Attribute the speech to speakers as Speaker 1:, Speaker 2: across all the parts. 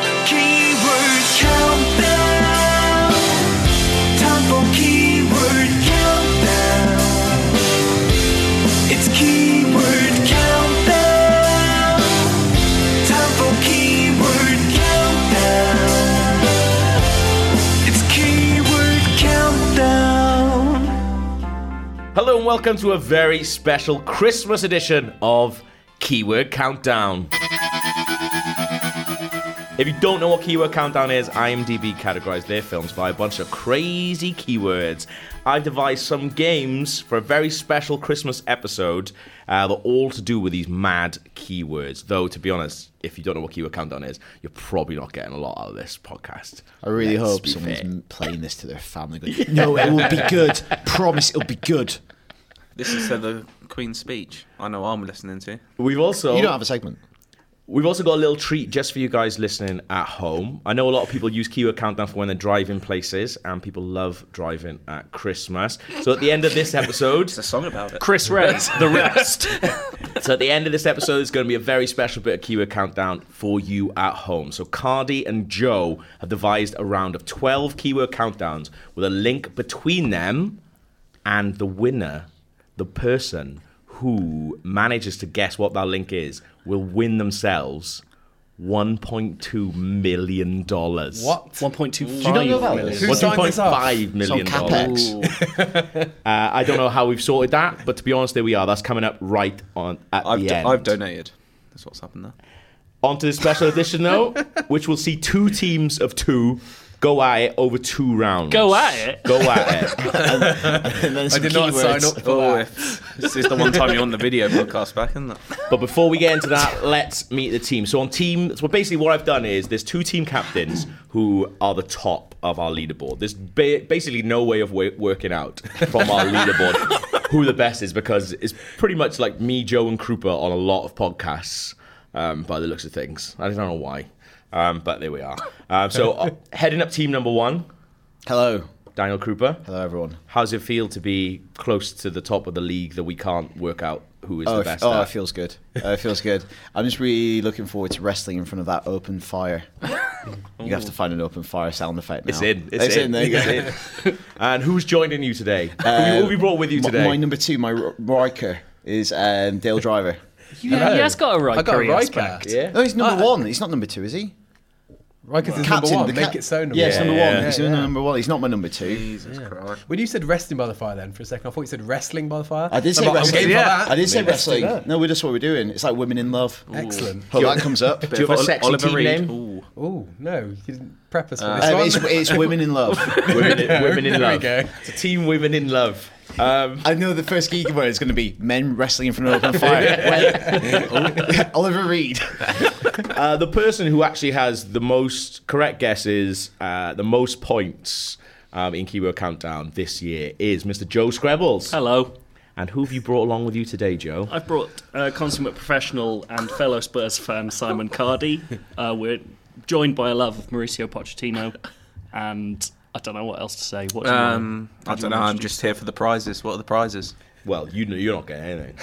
Speaker 1: Keyword countdown. Time for keyword countdown. It's keyword countdown. Time for keyword countdown. It's keyword countdown.
Speaker 2: Hello and welcome to a very special Christmas edition of Keyword Countdown. If you don't know what Keyword Countdown is, IMDb categorized their films by a bunch of crazy keywords. I've devised some games for a very special Christmas episode uh, that are all to do with these mad keywords. Though, to be honest, if you don't know what Keyword Countdown is, you're probably not getting a lot out of this podcast.
Speaker 3: I really
Speaker 2: Let's
Speaker 3: hope
Speaker 2: be
Speaker 3: someone's
Speaker 2: fair.
Speaker 3: m playing this to their family. Going, No, it will be good. Promise it'll be good.
Speaker 4: This is uh, the Queen's speech. I know I'm listening to.
Speaker 2: We've also.
Speaker 3: You don't have a segment.
Speaker 2: We've also got a little treat just for you guys listening at home. I know a lot of people use keyword countdown for when they're driving places, and people love driving at Christmas. So at the end of this episode,
Speaker 4: It's a song about it.
Speaker 5: Chris Reds, the rest.
Speaker 2: so at the end of this episode, there's going to be a very special bit of keyword countdown for you at home. So Cardi and Joe have devised a round of 12 keyword countdowns with a link between them and the winner, the person who manages to guess what that link is, will win themselves. $1.2 million. What?
Speaker 5: 1.25
Speaker 3: not know that?
Speaker 5: million.
Speaker 3: Who
Speaker 2: $1.5
Speaker 3: It's on
Speaker 2: million. dollars.
Speaker 3: CapEx.
Speaker 2: Uh, I don't know how we've sorted that, but to be honest, there we are. That's coming up right on at
Speaker 4: I've,
Speaker 2: the
Speaker 4: do-
Speaker 2: end.
Speaker 4: I've donated. That's what's happened there.
Speaker 2: On to the special edition, though, which will see two teams of two go at it over two rounds.
Speaker 5: Go at it?
Speaker 2: Go at it.
Speaker 3: And then some
Speaker 6: did not
Speaker 3: keywords.
Speaker 6: sign up.
Speaker 4: Oh, if- this is the one time you're on the video podcast back, isn't it?
Speaker 2: but before we get into that, let's meet the team. So on team, so basically what I've done is there's two team captains who are the top of our leaderboard. There's ba- basically no way of wa- working out from our leaderboard who the best is because it's pretty much like me, Joe, and Krupa on a lot of podcasts. Um, by the looks of things, I don't know why, um, but there we are. Um, so uh, heading up team number one,
Speaker 3: Hello.
Speaker 2: Daniel Krupa.
Speaker 3: Hello, everyone.
Speaker 2: How's it feel to be close to the top of the league that we can't work out who is
Speaker 3: Oh,
Speaker 2: the
Speaker 3: it,
Speaker 2: best?
Speaker 3: oh
Speaker 2: at?
Speaker 3: it feels good. Uh, it feels good. I'm just really looking forward to wrestling in front of that open fire. You have to find an open fire sound effect now.
Speaker 2: it's in. It's, in.
Speaker 3: There you go.
Speaker 2: It's in. and who's joining you today?
Speaker 3: Um,
Speaker 2: who, who we brought with you
Speaker 3: my-
Speaker 2: today?
Speaker 3: My number two, my r- Riker, is um, Dale Driver.
Speaker 5: Yeah, he has got a right
Speaker 6: I got a
Speaker 5: career
Speaker 6: Riker.
Speaker 5: aspect.
Speaker 2: yeah. Ah.
Speaker 3: No, he's number one. He's not number two, is he?
Speaker 6: Riker's is
Speaker 3: Captain,
Speaker 6: number one.
Speaker 3: the
Speaker 6: Make
Speaker 3: cap-
Speaker 6: it so number
Speaker 3: Yeah, it's
Speaker 6: one.
Speaker 3: number
Speaker 2: Yeah,
Speaker 3: one.
Speaker 2: yeah,
Speaker 3: he's number one. He's not my number two.
Speaker 4: Jesus Christ.
Speaker 6: When you said resting by the fire then for a second, I thought you said wrestling by the fire.
Speaker 3: I did say
Speaker 6: I'm like, I'm
Speaker 3: wrestling.
Speaker 6: game for that.
Speaker 3: I did say
Speaker 6: Let's do
Speaker 3: wrestling.
Speaker 6: that.
Speaker 3: No, we're just what we're doing. It's like women in love.
Speaker 6: Excellent.
Speaker 3: Hope that comes up.
Speaker 2: Do you have a sexy
Speaker 4: Oliver
Speaker 2: team
Speaker 4: Reed.
Speaker 2: name?
Speaker 4: Ooh.
Speaker 6: Oh, no. You didn't prep us for
Speaker 3: Um,
Speaker 6: this
Speaker 3: it's,
Speaker 6: one.
Speaker 3: it's women in love.
Speaker 2: Women, in- women in
Speaker 6: There we
Speaker 2: love.
Speaker 6: go.
Speaker 2: It's a team women in love. Um,
Speaker 3: I know the first geek word is going to be men wrestling in front of an open fire. Wait. Oliver Reed.
Speaker 2: uh, the person who actually has the most correct guesses, uh, the most points um, in keyword countdown this year is Mr. Joe Screbbles.
Speaker 5: Hello.
Speaker 2: And who have you brought along with you today, Joe?
Speaker 5: I've brought uh, consummate professional and fellow Spurs fan Simon Cardi. Uh, we're joined by a love of Mauricio Pochettino, and I don't know what else to say. What do you
Speaker 4: Um, I
Speaker 5: How do you
Speaker 4: don't know.
Speaker 5: want to
Speaker 4: I'm just here for the prizes. What are the prizes?
Speaker 2: Well, you know, you're not getting anything.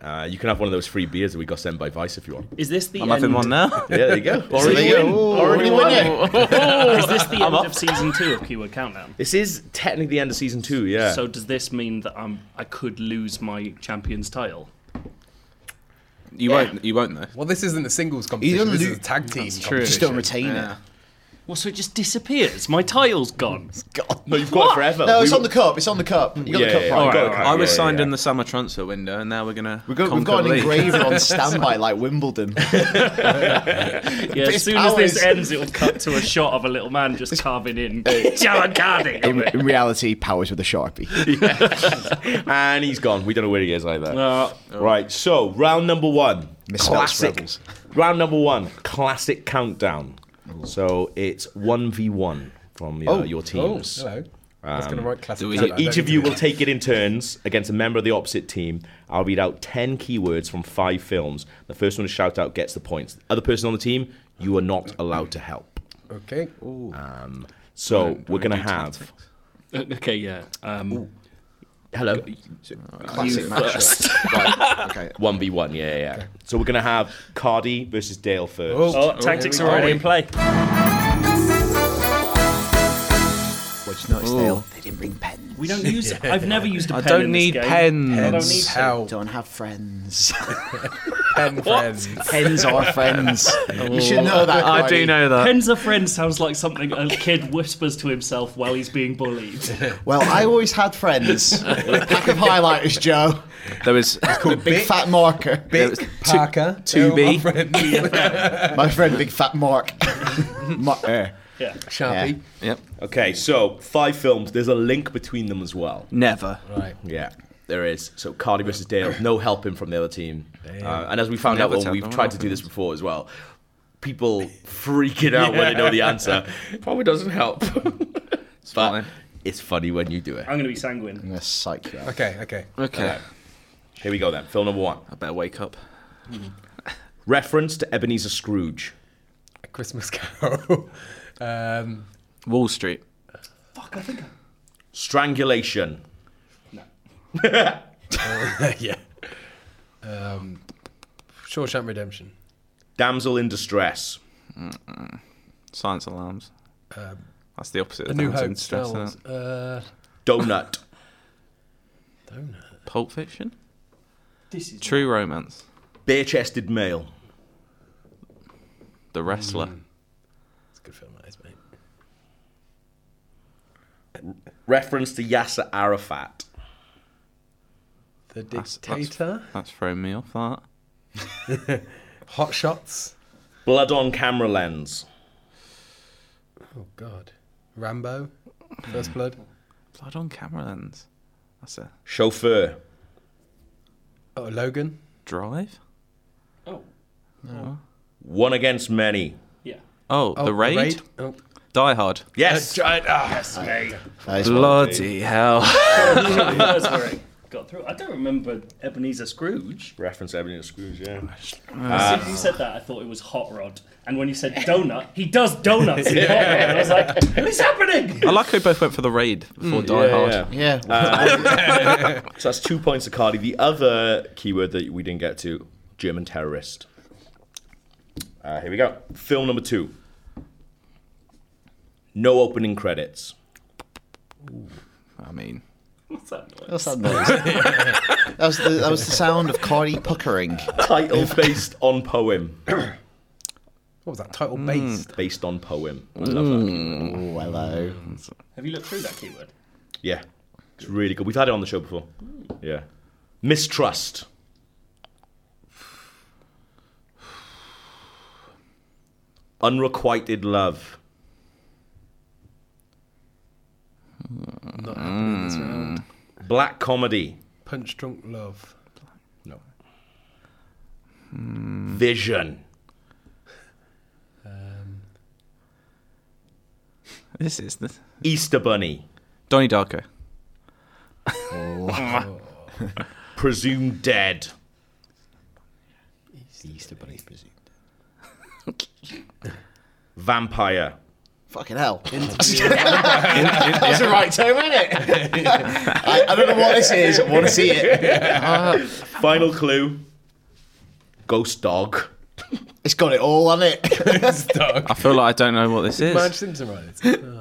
Speaker 2: Uh, you can have one of those free beers that we got sent by Vice if you want.
Speaker 5: know? is this the
Speaker 4: I'm
Speaker 5: end?
Speaker 4: having one now.
Speaker 2: Yeah, there you go.
Speaker 3: There
Speaker 2: Already
Speaker 3: you go.
Speaker 2: win.
Speaker 3: Ooh,
Speaker 2: Already
Speaker 3: what
Speaker 2: won.
Speaker 3: a winner.
Speaker 5: Is this the end of season two of Keyword Countdown?
Speaker 2: This is technically the end of season two. Yeah.
Speaker 5: So does this mean that I'm I could lose my champions title?
Speaker 4: You won't. You won't though.
Speaker 6: Well, this isn't a singles competition.
Speaker 3: don't
Speaker 6: This
Speaker 3: lo-
Speaker 6: is a tag team
Speaker 5: true.
Speaker 3: Just
Speaker 6: competition.
Speaker 3: don't retain
Speaker 4: Yeah.
Speaker 3: it.
Speaker 5: Well, so it just disappears. My title's gone.
Speaker 3: God.
Speaker 2: No, you've got it forever.
Speaker 3: No,
Speaker 2: We
Speaker 3: it's
Speaker 2: were-
Speaker 3: on the cup. It's on the cup. You got
Speaker 2: Yeah,
Speaker 3: the cup
Speaker 2: yeah,
Speaker 3: right.
Speaker 2: yeah.
Speaker 5: Alright,
Speaker 2: Got
Speaker 5: alright.
Speaker 2: it.
Speaker 4: I was
Speaker 2: Oh, Yeah,
Speaker 4: signed
Speaker 2: yeah.
Speaker 4: in the summer transfer window, and now we're gonna.
Speaker 3: We've got, we've got an engraver on standby like Wimbledon.
Speaker 5: Yeah,
Speaker 3: It's
Speaker 5: as soon as this
Speaker 3: powers.
Speaker 5: ends, it'll cut to a shot of a little man just carving in Jalan Cardi.
Speaker 3: in, in reality, powers with a sharpie.
Speaker 2: and he's gone. We don't know where he is either.
Speaker 5: Uh,
Speaker 2: Right, so round number one.
Speaker 3: Misspells rebels.
Speaker 2: Round number one, classic countdown. So it's 1v1 from your, your
Speaker 6: Oh,
Speaker 2: teams.
Speaker 6: hello. That's going to write classic.
Speaker 4: do we-
Speaker 2: So
Speaker 6: Catalan,
Speaker 2: each
Speaker 6: don't
Speaker 2: of you
Speaker 6: we?
Speaker 2: will take it in turns against a member of the opposite team. I'll read out 10 keywords from five films. The first one to shout out gets the points. Other person on the team, you are not allowed to help.
Speaker 6: Okay.
Speaker 2: So we're
Speaker 4: do
Speaker 2: going to have.
Speaker 5: okay, yeah. Um,
Speaker 2: Hello.
Speaker 3: Classic match.
Speaker 5: first.
Speaker 3: Right, okay.
Speaker 2: 1v1, yeah, yeah, yeah. So we're going to have Cardi versus Dale first.
Speaker 5: Oh, tactics are already in play.
Speaker 3: What
Speaker 4: Oh.
Speaker 3: you noticed, Dale? They didn't bring pens.
Speaker 5: We don't use. I've never used a
Speaker 4: I
Speaker 5: pen.
Speaker 4: don't
Speaker 5: in this
Speaker 4: need
Speaker 5: game.
Speaker 4: pens.
Speaker 5: I don't need.
Speaker 6: Pens. How
Speaker 3: Don't have friends.
Speaker 6: pen friends?
Speaker 3: pens are friends. You should know that.
Speaker 4: Oh. I
Speaker 3: Cardi.
Speaker 4: do know that.
Speaker 5: Pens are friends sounds like something a kid whispers to himself while he's being bullied.
Speaker 3: Well, I always had friends. Pack of highlighters, Joe.
Speaker 4: There was
Speaker 3: With a big fat marker.
Speaker 6: Big Parker.
Speaker 4: two
Speaker 6: They're all
Speaker 4: B.
Speaker 6: friends.
Speaker 3: My friend, big fat Mark. Mark. eh.
Speaker 5: Yeah.
Speaker 6: Sharpie.
Speaker 4: yep.
Speaker 2: Okay, so five films. There's a link between them as well.
Speaker 4: Never.
Speaker 6: Right.
Speaker 2: Yeah, there is. So Cardi versus Dale, no helping from the other team. Uh, and as we found
Speaker 4: Never
Speaker 2: out, when
Speaker 4: tell
Speaker 2: we've
Speaker 4: them
Speaker 2: tried
Speaker 4: what
Speaker 2: to do this before as well. People freaking out when they know the answer. Probably doesn't help.
Speaker 4: It's
Speaker 2: but
Speaker 4: fine.
Speaker 2: it's funny when you do it.
Speaker 5: I'm going to be sanguine.
Speaker 3: I'm gonna psych you out.
Speaker 6: Okay. Okay.
Speaker 4: Okay.
Speaker 2: Here we go then. Film number one.
Speaker 4: I better wake up.
Speaker 2: Reference to Ebenezer Scrooge.
Speaker 6: A Christmas Carol. um,
Speaker 4: Wall Street.
Speaker 2: Strangulation.
Speaker 6: yeah. Um, Shawshank Redemption.
Speaker 2: Damsel in distress.
Speaker 4: Science alarms.
Speaker 6: Um,
Speaker 4: That's the opposite.
Speaker 6: A
Speaker 4: of
Speaker 6: New
Speaker 4: Downs and
Speaker 6: Hope. Star
Speaker 4: Stress, isn't
Speaker 6: Wars.
Speaker 4: it?
Speaker 6: Uh,
Speaker 2: Donut.
Speaker 4: Pulp Fiction.
Speaker 5: This is
Speaker 4: True Romance.
Speaker 2: Bare chested male.
Speaker 4: The Wrestler.
Speaker 6: it's a good film, that is, mate.
Speaker 2: Reference to Yasser Arafat.
Speaker 6: The
Speaker 4: That's-
Speaker 6: Dictator.
Speaker 4: that's- That's thrown me off. That.
Speaker 6: Hot Shots.
Speaker 2: Blood on camera lens.
Speaker 6: Oh God. Rambo. First Blood.
Speaker 4: Blood on camera lens. That's a
Speaker 2: Chauffeur.
Speaker 6: Oh, Logan.
Speaker 4: drive.
Speaker 5: Oh,
Speaker 2: One against many.
Speaker 5: yeah.
Speaker 4: Oh,
Speaker 6: Oh,
Speaker 4: the, raid?
Speaker 6: Oh,
Speaker 4: Die Hard.
Speaker 2: Yes.
Speaker 5: Uh,
Speaker 2: Ah.
Speaker 5: Yes, mate.
Speaker 3: That is one.
Speaker 4: Bloody hell.
Speaker 5: That was where I got through. I don't remember Ebenezer Scrooge.
Speaker 2: Reference Ebenezer Scrooge, yeah.
Speaker 5: As soon as you said that, I thought it was Hot Rod. And when you said donut, he does donuts in Hot Rod. I was like, what is happening?
Speaker 4: I like how we both went for the raid before Die
Speaker 5: Oh,
Speaker 2: Yeah,
Speaker 4: Hard.
Speaker 2: yeah. Um,
Speaker 3: Yeah.
Speaker 2: So that's two points to Cardi. The other keyword that we didn't get to German terrorist. Uh, here we go. Film number two. No opening credits.
Speaker 4: I mean,
Speaker 5: What's that noise?
Speaker 3: What's that noise? that, was the, that was the sound of Cardi puckering.
Speaker 2: Title based on poem.
Speaker 6: what was that
Speaker 4: Hmm.
Speaker 6: title based?
Speaker 2: Based on poem. I love that.
Speaker 3: Oh, hello.
Speaker 5: Have you looked through that keyword?
Speaker 2: Yeah. It's really good. We've had it on the show before. Yeah. Mistrust. Unrequited love.
Speaker 6: Not happening this round.
Speaker 2: Black comedy.
Speaker 6: Punch Drunk Love.
Speaker 2: No. Vision.
Speaker 6: Um,
Speaker 4: this is the
Speaker 2: Easter Bunny.
Speaker 4: Donnie Darko.
Speaker 2: Presumed dead.
Speaker 3: Easter Bunny.
Speaker 2: Vampire.
Speaker 3: Fucking hell. That's the right term, isn't it? I, I don't know what this is. I want to see it.
Speaker 2: Final clue. Ghost dog.
Speaker 3: It's got it all on it.
Speaker 4: I feel like I don't know what this
Speaker 6: Marge
Speaker 4: is.
Speaker 6: Simpson wrote it.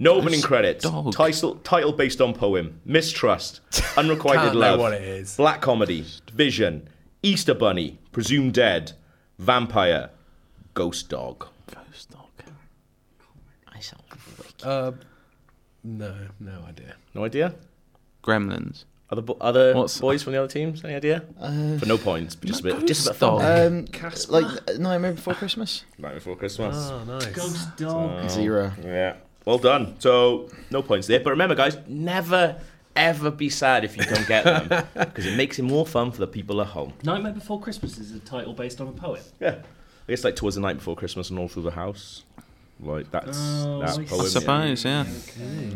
Speaker 2: No opening credits.
Speaker 4: dog.
Speaker 2: Title title based on poem. Mistrust. Unrequited
Speaker 6: Can't know
Speaker 2: love.
Speaker 6: what it is.
Speaker 2: Black comedy. Vision. Easter Bunny. Presumed dead. Vampire. Ghost dog.
Speaker 4: Ghost dog. I sound wicked.
Speaker 6: Uh, no, no idea.
Speaker 2: No idea.
Speaker 4: Gremlins.
Speaker 2: Other bo- other
Speaker 4: What's-
Speaker 2: boys from the other teams? Any idea? For no points, but just a bit. Just a bit
Speaker 4: Stop.
Speaker 2: of fun.
Speaker 3: Um, like Nightmare Before Christmas.
Speaker 2: Night before Christmas.
Speaker 6: Oh, nice.
Speaker 5: dog.
Speaker 3: Zero.
Speaker 2: Yeah. Well done. So no points there. But remember, guys, never ever be sad if you don't get them because it makes it more fun for the people at home.
Speaker 5: Nightmare Before Christmas is a title based on a poet.
Speaker 2: Yeah. I guess like towards the night before Christmas and all through the house. Like that's
Speaker 5: Oh,
Speaker 2: that
Speaker 5: I
Speaker 4: I
Speaker 2: poem.
Speaker 5: see.
Speaker 4: suppose, yeah.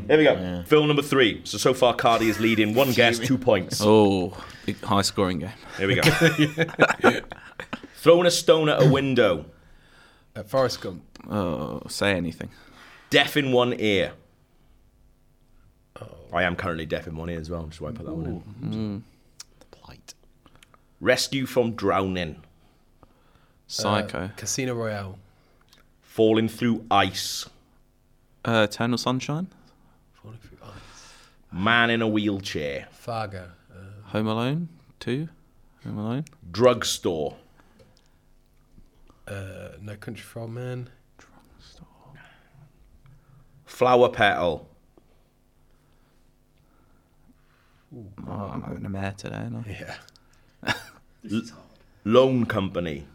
Speaker 2: There we go. Film number three. So so far, Cardi is leading. One guess, two points.
Speaker 4: Oh, big high scoring game.
Speaker 2: Here we go. Throwing a stone at a window,
Speaker 6: Uh, Forrest Gump.
Speaker 4: Oh, say anything.
Speaker 2: deaf in one ear. I am currently deaf in one ear as well, which is why I put that one in.
Speaker 5: Mm.
Speaker 3: Plight.
Speaker 2: Rescue from drowning,
Speaker 4: Psycho.
Speaker 6: Casino Royale.
Speaker 2: falling through ice,
Speaker 4: Uh, Eternal Sunshine.
Speaker 6: Falling through ice.
Speaker 2: man in a wheelchair,
Speaker 6: Fargo. Uh,
Speaker 4: Home Alone. Two. Home Alone.
Speaker 2: drugstore,
Speaker 6: uh, no Country for Old Men.
Speaker 2: flower petal,
Speaker 4: Oh, I'm having a mare today, and I
Speaker 6: Yeah.
Speaker 2: loan company,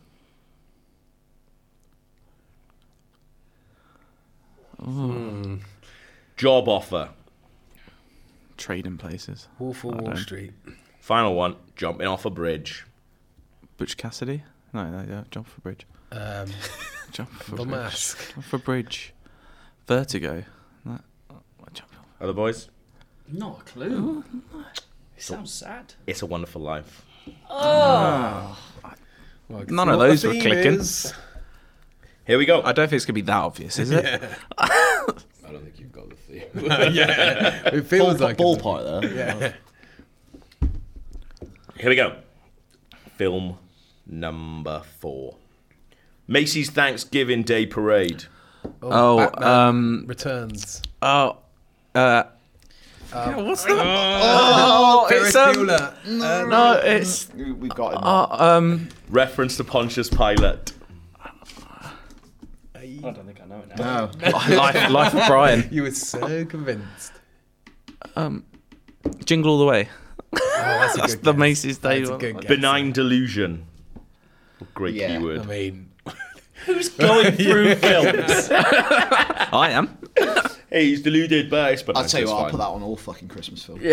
Speaker 6: Hmm.
Speaker 2: job offer.
Speaker 4: trading places.
Speaker 6: Wolf of Wall Street.
Speaker 2: Final one, jumping off a bridge.
Speaker 4: Butch Cassidy. No, no, yeah. Jump for bridge.
Speaker 6: Um,
Speaker 4: Jump for
Speaker 6: the
Speaker 4: bridge.
Speaker 6: Mask.
Speaker 4: Jump for bridge. Vertigo. No. oh, jump off.
Speaker 2: Other boys,
Speaker 5: Not a clue. It sounds sad.
Speaker 2: it's a wonderful life.
Speaker 6: Well, I guess
Speaker 4: None of
Speaker 6: what the
Speaker 4: those were
Speaker 6: theme
Speaker 4: clicking.
Speaker 6: is.
Speaker 2: Here we go.
Speaker 4: I don't think it's gonna be that obvious, is it?
Speaker 7: I don't think you've got the theme.
Speaker 6: It feels like it's a-
Speaker 3: Ballpark there.
Speaker 6: Yeah.
Speaker 2: Here we go. Film number four. Macy's Thanksgiving Day Parade.
Speaker 4: Oh, um,
Speaker 6: Returns.
Speaker 4: oh, uh, yeah, what's that? Oh,
Speaker 6: Ferris
Speaker 4: it's um,
Speaker 6: Bueller.
Speaker 4: no, it's
Speaker 3: We- We've got it.
Speaker 4: uh, um,
Speaker 2: Reference to Pontius Pilate.
Speaker 5: I don't think I know it now.
Speaker 3: no.
Speaker 4: life, life of Brian,
Speaker 6: You were so convinced.
Speaker 4: jingle all the way.
Speaker 6: Oh, that's a
Speaker 4: That's
Speaker 6: good
Speaker 4: the
Speaker 6: guess.
Speaker 4: Macy's Day
Speaker 6: That's a
Speaker 4: one.
Speaker 6: good guess.
Speaker 2: Benign Delusion. Great
Speaker 3: Yeah,
Speaker 6: I
Speaker 2: keyword.
Speaker 6: mean,
Speaker 2: Going through films.
Speaker 4: I am.
Speaker 2: hey, he's deluded by his
Speaker 3: I'll tell you what, I'll put that on all fucking Christmas films.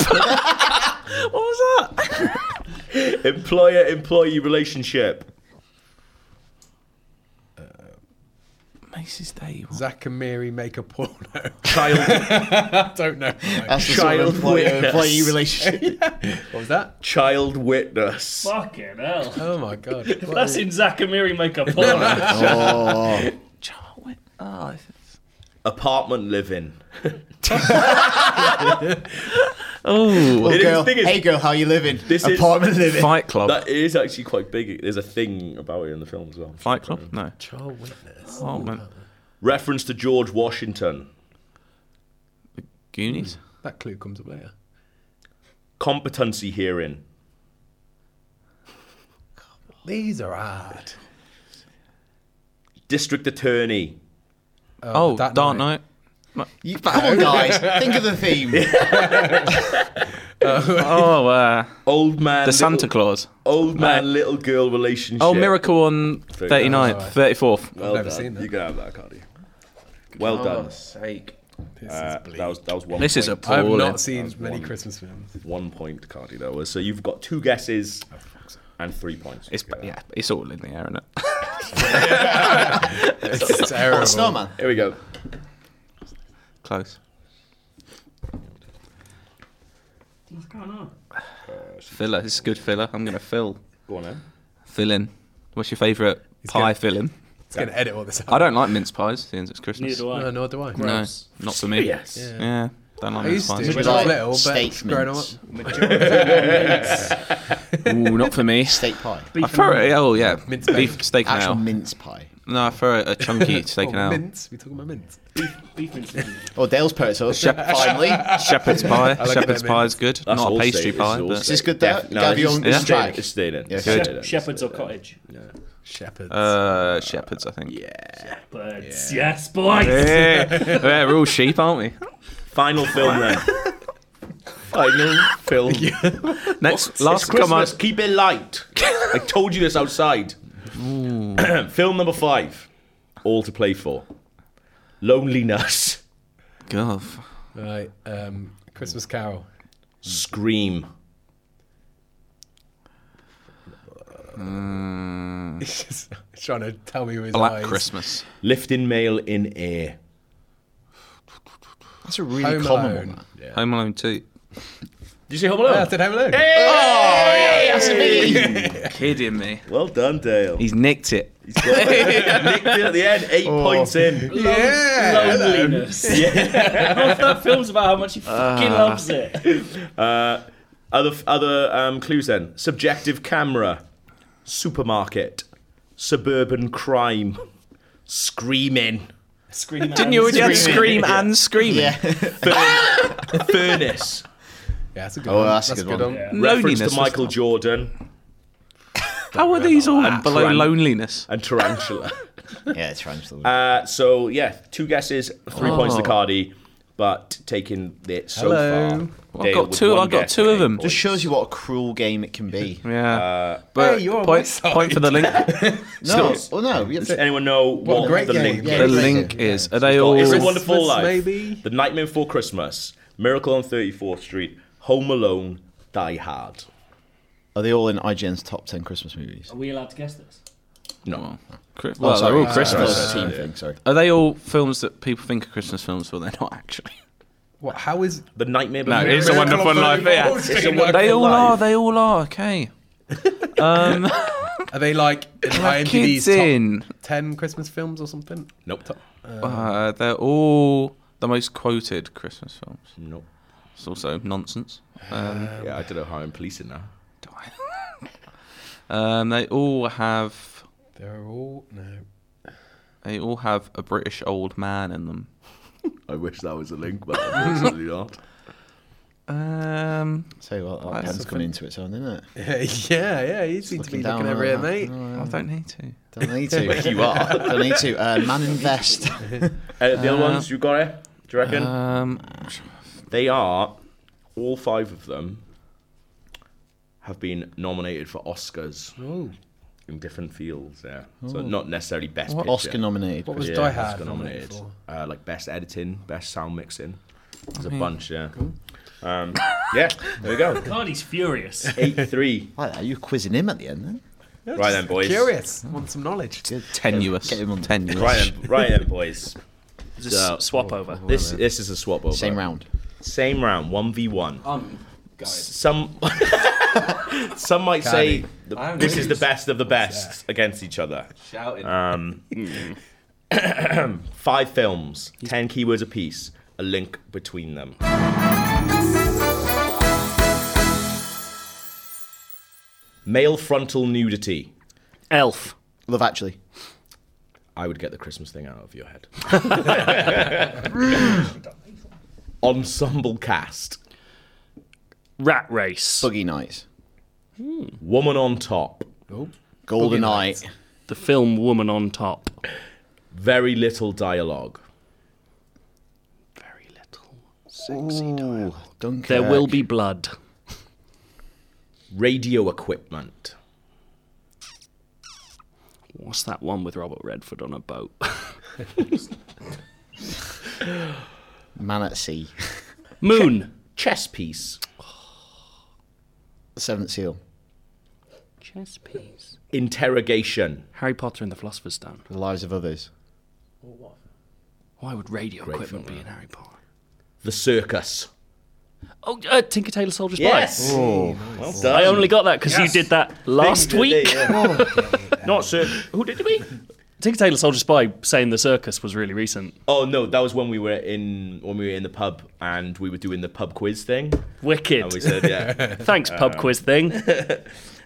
Speaker 4: What was that?
Speaker 2: Employer employee relationship.
Speaker 4: Macy's Day one.
Speaker 6: Zach and Mary make a porno.
Speaker 2: Child
Speaker 6: I don't know.
Speaker 3: That's the sort
Speaker 2: Child
Speaker 3: of employee,
Speaker 2: witness.
Speaker 3: employee relationship.
Speaker 6: What was that?
Speaker 2: child witness.
Speaker 5: Fucking hell.
Speaker 6: Oh my god. What
Speaker 5: That's in Zach and Miri make a porn.
Speaker 4: Child wit- Oh, it's-
Speaker 2: Apartment living.
Speaker 4: oh,
Speaker 3: Well,
Speaker 2: It is-
Speaker 3: girl,
Speaker 2: thing is-
Speaker 3: hey girl, how you living?
Speaker 2: This is-
Speaker 3: Apartment living.
Speaker 4: Fight Club.
Speaker 2: That is actually quite big. There's a thing about it in the film as well.
Speaker 4: Fight Club? No.
Speaker 6: Child witness.
Speaker 4: Oh man,
Speaker 2: Reference to George Washington.
Speaker 4: Goonies.
Speaker 6: That clue comes up later.
Speaker 2: Competency hearing.
Speaker 6: These are hard.
Speaker 2: District attorney.
Speaker 4: Oh,
Speaker 6: Dark
Speaker 4: Dark
Speaker 6: Knight.
Speaker 4: Knight.
Speaker 3: You, come on, guys, think of the theme.
Speaker 4: Oh, uh,
Speaker 2: Old man.
Speaker 4: the Santa
Speaker 2: little-
Speaker 4: Claus.
Speaker 2: Old man, little girl relationship.
Speaker 4: Oh, Miracle on 39th, 34th.
Speaker 2: Well
Speaker 6: I've never
Speaker 2: done.
Speaker 6: seen that.
Speaker 2: You can have that, Cardi. Well done.
Speaker 4: sake.
Speaker 6: This
Speaker 2: Uh,
Speaker 6: is bleak.
Speaker 2: that was that was one.
Speaker 4: This
Speaker 2: point.
Speaker 4: is
Speaker 6: I have
Speaker 4: appalling.
Speaker 6: not seen
Speaker 2: That's
Speaker 6: many
Speaker 2: one.
Speaker 6: Christmas films.
Speaker 2: one point, Cardi. That was so you've got two guesses
Speaker 6: Oh,
Speaker 2: and three points.
Speaker 4: It's yeah, it's all in the air, isn't it?
Speaker 6: It's terrible.
Speaker 3: Snowman.
Speaker 2: Here we go.
Speaker 4: Close.
Speaker 5: What's going on?
Speaker 4: Filler. This is good filler. I'm gonna fill.
Speaker 2: Go on then.
Speaker 4: Filling. What's your favourite pie
Speaker 6: good.
Speaker 4: filling?
Speaker 6: It's going to edit all this out.
Speaker 4: I don't like mince pies, since it's Christmas.
Speaker 5: Neither do I.
Speaker 6: No, nor do I.
Speaker 4: No, not for me.
Speaker 2: Yes.
Speaker 6: Yeah.
Speaker 4: Yeah, don't like
Speaker 6: I
Speaker 4: mince
Speaker 6: used to
Speaker 4: pies.
Speaker 6: when
Speaker 3: you
Speaker 6: I was
Speaker 3: like
Speaker 6: little, but
Speaker 3: steak
Speaker 6: growing up.
Speaker 3: mince?
Speaker 4: Ooh, not for me.
Speaker 3: Steak pie.
Speaker 4: I prefer, oh yeah,
Speaker 6: Mince
Speaker 4: beef
Speaker 6: bacon.
Speaker 4: steak
Speaker 3: Actual
Speaker 4: now.
Speaker 3: mince pie.
Speaker 4: No, I throw a chunky taken
Speaker 6: Oh,
Speaker 4: out.
Speaker 6: mints. We talking about mints.
Speaker 5: Beef mincemeat.
Speaker 3: Oh, Dale's put it up. Finally.
Speaker 4: Shepherd's pie.
Speaker 6: like
Speaker 4: Shepherd's
Speaker 6: that
Speaker 4: pie
Speaker 6: mint.
Speaker 4: is good.
Speaker 2: That's
Speaker 4: Not a
Speaker 2: all
Speaker 4: pastry
Speaker 2: state,
Speaker 4: pie.
Speaker 2: it's all
Speaker 4: But,
Speaker 3: Is this good, Dale?
Speaker 2: No,
Speaker 3: Gav, you
Speaker 2: it's- it's
Speaker 3: on this
Speaker 2: stayed-
Speaker 3: track?
Speaker 2: It's stayed in. It's
Speaker 3: Good.
Speaker 2: stayed in.
Speaker 5: Shepherds or cottage?
Speaker 6: Shepherds.
Speaker 4: uh, shepherds, I think. Yeah.
Speaker 5: But yes, boys.
Speaker 4: yeah, we're all sheep, aren't we?
Speaker 2: Final film then. Final film. Last
Speaker 4: Next, last come on.
Speaker 2: Christmas, keep it light. I told you this outside. film number five. All to play for. Loneliness.
Speaker 4: God,
Speaker 6: Right. Um, Christmas Carol.
Speaker 2: Scream.
Speaker 6: He's trying to tell me with his
Speaker 4: Black
Speaker 6: eyes.
Speaker 4: Christmas.
Speaker 2: Lifting mail in air.
Speaker 3: That's a really
Speaker 6: Home
Speaker 3: common
Speaker 6: Alone. Oh,
Speaker 3: one.
Speaker 4: Home Alone 2.
Speaker 2: Did you say Home Alone?
Speaker 6: I said Home Alone.
Speaker 4: Kidding me.
Speaker 2: Well done, Dale.
Speaker 4: He's nicked it.
Speaker 2: Nicked it at the end, eight points in.
Speaker 6: Yeah.
Speaker 5: Loneliness. Half that film's about how much he fucking loves it.
Speaker 2: Other other um, clues then. Subjective camera. Supermarket. Suburban crime. Screaming.
Speaker 5: Screaming.
Speaker 4: Didn't you already have scream and scream? Yeah.
Speaker 2: Furnace.
Speaker 6: Yeah, that's a good
Speaker 3: Oh,
Speaker 6: one.
Speaker 3: that's a good one.
Speaker 2: Reference to
Speaker 4: Loneliness.
Speaker 2: Michael Jordan.
Speaker 4: How are these all below
Speaker 2: Tran-
Speaker 4: loneliness?
Speaker 2: and tarantula.
Speaker 3: Yeah, it's Tarantula.
Speaker 2: uh, so yeah, two guesses, three points to
Speaker 4: Oh.
Speaker 2: Cardi, but taking it so
Speaker 6: Hello.
Speaker 2: far.
Speaker 4: I've got two- I've got two of them.
Speaker 3: Just shows you what a cruel game it can be.
Speaker 4: Yeah. but
Speaker 6: hey, you're on my
Speaker 4: point,
Speaker 6: side.
Speaker 4: point for the link.
Speaker 3: No, oh no, we have
Speaker 2: Does
Speaker 3: to-
Speaker 2: anyone know what,
Speaker 6: a great
Speaker 2: the link?
Speaker 6: game, yeah.
Speaker 4: the
Speaker 3: Yeah.
Speaker 4: link is. Are they all.
Speaker 2: It's a Wonderful
Speaker 6: Christmas,
Speaker 2: Life,
Speaker 6: maybe?
Speaker 2: The Nightmare Before Christmas, Miracle on 34th Street, Home Alone, Die Hard.
Speaker 3: Are they all in IGN's top ten Christmas movies?
Speaker 5: Are we allowed to guess this?
Speaker 4: No. Chri- Well, they're all Christmas.
Speaker 3: Christmas team thing. Sorry.
Speaker 4: Are they all films that people think are Christmas films, but they're not actually?
Speaker 6: What? How is?
Speaker 2: The Nightmare
Speaker 4: No,
Speaker 2: Before
Speaker 4: it's a
Speaker 2: Christmas.
Speaker 4: Wonderful Life. Yeah. They all are. They all are. Okay. Um,
Speaker 6: Are they like in IMDb's
Speaker 4: Kids
Speaker 6: top
Speaker 4: in.
Speaker 6: ten Christmas films or something?
Speaker 2: Nope.
Speaker 4: Uh, they're all the most quoted Christmas films.
Speaker 2: Nope.
Speaker 4: It's also nonsense. Um,
Speaker 2: Yeah, I don't know how I'm policing now.
Speaker 4: um, they all have.
Speaker 6: They're all no.
Speaker 4: They all have a British old man in them.
Speaker 8: I wish that was a link, but unfortunately not.
Speaker 4: Um,
Speaker 3: Tell you what, that
Speaker 4: That's
Speaker 3: pen's coming into its own, isn't it?
Speaker 6: yeah, yeah. You seem to be
Speaker 3: Looking down
Speaker 6: looking over here,
Speaker 3: on that. Oh,
Speaker 6: mate.
Speaker 4: I don't need to.
Speaker 3: Don't need to. you are. Don't need to. Uh, Man Invest.
Speaker 2: Uh, the other ones, you got it? Do you reckon?
Speaker 4: Um,
Speaker 2: They are all five of them have been nominated for Oscars in different fields. Yeah, so not necessarily best
Speaker 3: What
Speaker 2: picture.
Speaker 3: Oscar nominated?
Speaker 6: What was
Speaker 2: Yeah,
Speaker 6: Die Hard
Speaker 2: Oscar
Speaker 6: nominated
Speaker 2: nominated?
Speaker 6: for?
Speaker 2: Uh, like best editing, best sound mixing. There's a bunch. Yeah. Um, yeah. There we go.
Speaker 5: Cardi's furious.
Speaker 2: Eight three.
Speaker 3: Like that, You're quizzing him at the end, then?
Speaker 2: Right then, boys.
Speaker 6: Curious. Want some knowledge?
Speaker 4: tenuous.
Speaker 3: Get him on.
Speaker 4: Tenuous.
Speaker 2: Right then, right then, boys.
Speaker 5: Just
Speaker 2: Yeah.
Speaker 5: swap over.
Speaker 2: This this is a swap over.
Speaker 3: Same round.
Speaker 2: Same round. One v one.
Speaker 7: Um, guys.
Speaker 2: Some some might say the-
Speaker 7: I
Speaker 2: this is the
Speaker 7: lose.
Speaker 2: best of the best against each other.
Speaker 7: Shouting.
Speaker 4: Uh,
Speaker 2: Um, five films, ten keywords apiece, a link between them. Male frontal nudity.
Speaker 5: Elf.
Speaker 3: Love Actually.
Speaker 2: I would get the Christmas thing out of your head. Ensemble cast.
Speaker 5: Rat race.
Speaker 3: Boogie Nights.
Speaker 2: Woman on top.
Speaker 3: Golden Eye.
Speaker 5: The film Woman on Top.
Speaker 2: Very little dialogue.
Speaker 5: Very little.
Speaker 3: Ooh, Dunkirk.
Speaker 5: There will be blood.
Speaker 2: Radio equipment.
Speaker 5: What's that one with Robert Redford on a boat?
Speaker 3: Man at Sea.
Speaker 5: Moon.
Speaker 2: Chess piece.
Speaker 3: Seventh Seal.
Speaker 5: Chess piece.
Speaker 2: Interrogation.
Speaker 5: Harry Potter and the Philosopher's Stone.
Speaker 3: The Lives of Others.
Speaker 5: Why would radio equipment
Speaker 2: film,
Speaker 5: be in Harry Potter?
Speaker 2: The circus.
Speaker 5: Oh, uh, Tinker Tailor Soldier Spy.
Speaker 2: Yes. Oh. Well done.
Speaker 5: I only got that because you did that last week.
Speaker 2: Not sir. Who did we?
Speaker 5: Tinker Tailor Soldier Spy saying the circus was really recent.
Speaker 2: Oh no, that was when we were in when we were in the pub and we were doing the pub quiz thing.
Speaker 5: Wicked.
Speaker 2: And we said, yeah.
Speaker 5: Thanks, pub quiz thing.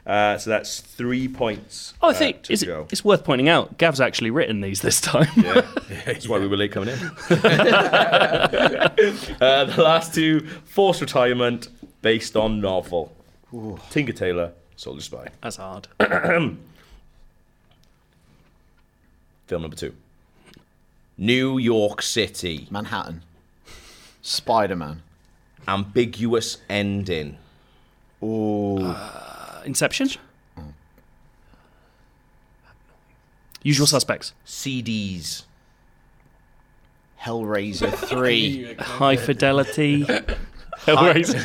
Speaker 2: Uh, so that's three points.
Speaker 5: Oh, I
Speaker 2: uh,
Speaker 5: think
Speaker 2: to
Speaker 5: is it,
Speaker 2: go.
Speaker 5: it's worth pointing out. Gav's actually written these this time.
Speaker 2: That's why we were late coming in. uh, the last two forced retirement based on novel. Tinker Tailor, Soldier Spy.
Speaker 5: That's hard. Uh,
Speaker 2: Film number two. New York City.
Speaker 3: Manhattan. Spider Man.
Speaker 2: Ambiguous ending.
Speaker 5: Inception.
Speaker 2: Mm.
Speaker 5: Usual suspects.
Speaker 2: CDs.
Speaker 3: Hellraiser 3.
Speaker 5: High fidelity. Hellraiser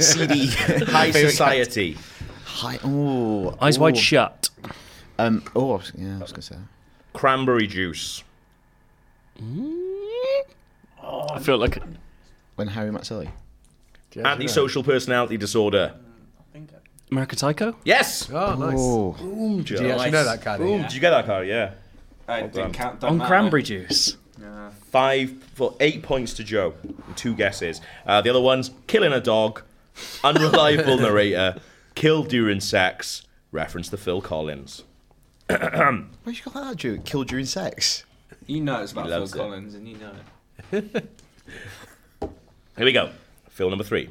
Speaker 3: CD.
Speaker 2: High Society.
Speaker 3: Hi. Oh.
Speaker 5: Eyes wide shut.
Speaker 3: Um, oh, I was- yeah, I was going to say that.
Speaker 2: Cranberry Juice.
Speaker 5: I feel like
Speaker 3: When Harry Met Sally.
Speaker 2: Antisocial Personality Disorder.
Speaker 5: American Psycho.
Speaker 2: Yes!
Speaker 6: Oh, nice.
Speaker 3: Oh.
Speaker 6: Boom, Joe. you know that kind
Speaker 4: Boom.
Speaker 6: of.
Speaker 2: Did you get that card? Yeah.
Speaker 4: I didn't count that
Speaker 5: On
Speaker 4: matter.
Speaker 5: cranberry juice.
Speaker 2: Five for eight points to Joe. and Two guesses. Uh, the other ones: killing a dog, unreliable narrator, killed during sex. Reference to Phil Collins.
Speaker 3: Where'd you got that, Drew? Killed during sex.
Speaker 4: You know it's about Phil
Speaker 2: loves it.
Speaker 4: Collins, and you know it.
Speaker 2: Here we go. Phil number three.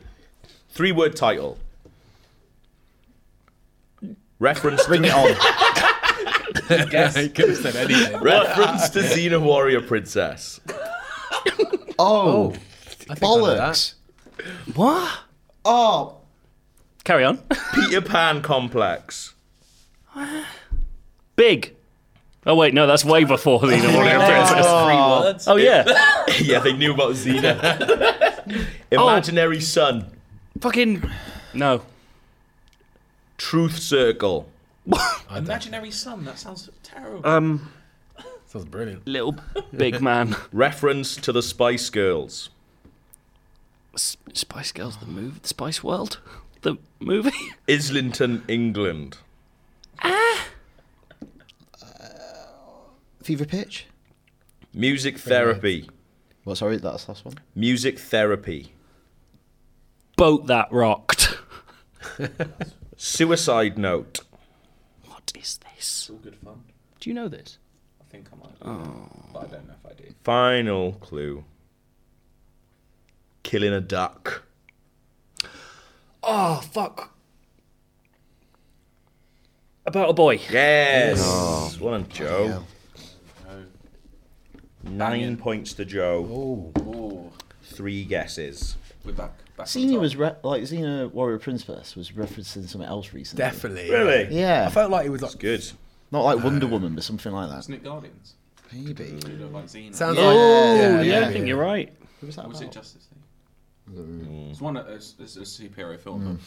Speaker 2: Three-word title. Reference. Bring it on.
Speaker 6: He could have said anything.
Speaker 2: Reference to Xena Warrior Princess.
Speaker 3: Oh,
Speaker 6: I think I know
Speaker 3: bollocks.
Speaker 5: What?
Speaker 3: Oh,
Speaker 5: Carry on.
Speaker 2: Peter Pan complex.
Speaker 5: Big. Oh wait, no, that's way before the Warrior Princess.
Speaker 4: Three words.
Speaker 5: Oh yeah.
Speaker 2: yeah, they knew about Xena. Oh. Imaginary Sun.
Speaker 5: Fucking. No.
Speaker 2: Truth Circle.
Speaker 4: Imaginary Sun. That sounds terrible.
Speaker 6: Sounds brilliant.
Speaker 5: Little big man.
Speaker 2: Reference to the Spice Girls.
Speaker 5: S- Spice Girls, the movie, the Spice World, the movie.
Speaker 2: Islington, England.
Speaker 3: fever pitch.
Speaker 2: Music therapy.
Speaker 3: What? Sorry, that's the last one.
Speaker 2: Music therapy.
Speaker 5: Boat that rocked.
Speaker 2: Suicide note.
Speaker 5: What is this? Do you know this?
Speaker 4: I think I might. But I don't know if I do.
Speaker 2: Final clue. Killing a duck.
Speaker 5: Oh fuck. About a boy.
Speaker 2: Yes. One on Joe. Nine points to Joe. Three guesses.
Speaker 4: We're back. back on
Speaker 3: Xena
Speaker 4: top.
Speaker 3: was re- like Xena Warrior Princess was referencing something else recently.
Speaker 6: Definitely.
Speaker 2: Really?
Speaker 3: Yeah.
Speaker 6: I felt like it was like.
Speaker 2: Good.
Speaker 3: Not like Wonder Woman, but something like that.
Speaker 4: Wasn't it Guardians?
Speaker 3: Maybe.
Speaker 4: You don't like Xena.
Speaker 6: Sounds
Speaker 3: Yeah.
Speaker 6: like.
Speaker 3: Oh,
Speaker 6: yeah,
Speaker 5: Yeah,
Speaker 6: yeah.
Speaker 5: I think you're right.
Speaker 3: What was that
Speaker 4: Or was it
Speaker 3: about?
Speaker 4: Justice League? It's one. of- It's, it's a superhero film.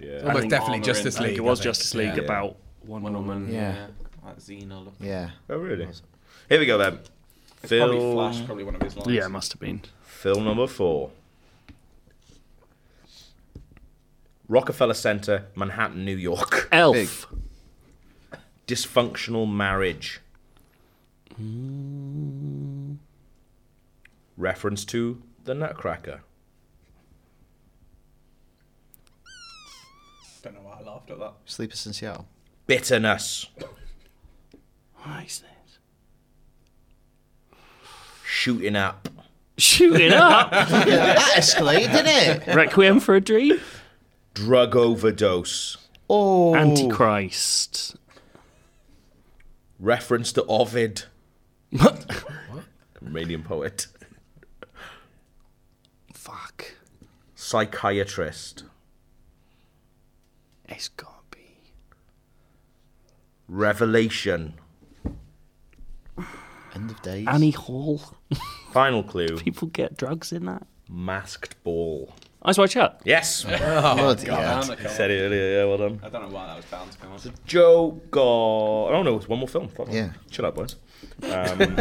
Speaker 2: Yeah.
Speaker 6: Almost
Speaker 5: think
Speaker 6: definitely
Speaker 4: Armour
Speaker 6: Justice
Speaker 4: in- I
Speaker 6: League.
Speaker 4: think
Speaker 5: It was
Speaker 6: I
Speaker 5: Justice League
Speaker 2: Yeah.
Speaker 5: about one
Speaker 4: Wonder
Speaker 5: woman.
Speaker 4: Woman.
Speaker 3: Yeah.
Speaker 4: Yeah. Like Xena. Look.
Speaker 3: Yeah.
Speaker 2: Oh really? Here we go then.
Speaker 4: It's probably
Speaker 2: Phil.
Speaker 4: Flash. Probably one of his lines.
Speaker 5: Yeah, it must have been.
Speaker 2: Film number four. Rockefeller Center, Manhattan, New York.
Speaker 5: Elf.
Speaker 2: Dysfunctional marriage. Reference to the Nutcracker.
Speaker 4: Don't know why I laughed at that.
Speaker 3: Sleepers in Seattle.
Speaker 2: Bitterness.
Speaker 5: What is this?
Speaker 2: Shooting up.
Speaker 5: Shooting up.
Speaker 3: that escalated, didn't it?
Speaker 5: Requiem for a Dream.
Speaker 2: Drug overdose.
Speaker 3: Oh.
Speaker 5: Antichrist.
Speaker 2: Reference to Ovid. Romanian poet.
Speaker 5: Fuck.
Speaker 2: Psychiatrist.
Speaker 5: It's gotta be.
Speaker 2: Revelation.
Speaker 3: End of days.
Speaker 5: Annie Hall.
Speaker 2: Final clue.
Speaker 5: People get drugs in that.
Speaker 2: Masked ball.
Speaker 5: Eyes wide shut.
Speaker 2: Yes.
Speaker 3: Bloody
Speaker 4: Yeah.
Speaker 3: hell.
Speaker 4: I
Speaker 2: Said it earlier. Yeah, well done.
Speaker 4: don't know why that was bound to come up.
Speaker 2: Joe got. Oh no, it's one more film. Fuck.
Speaker 3: Yeah.
Speaker 2: Chill out, boys. Um,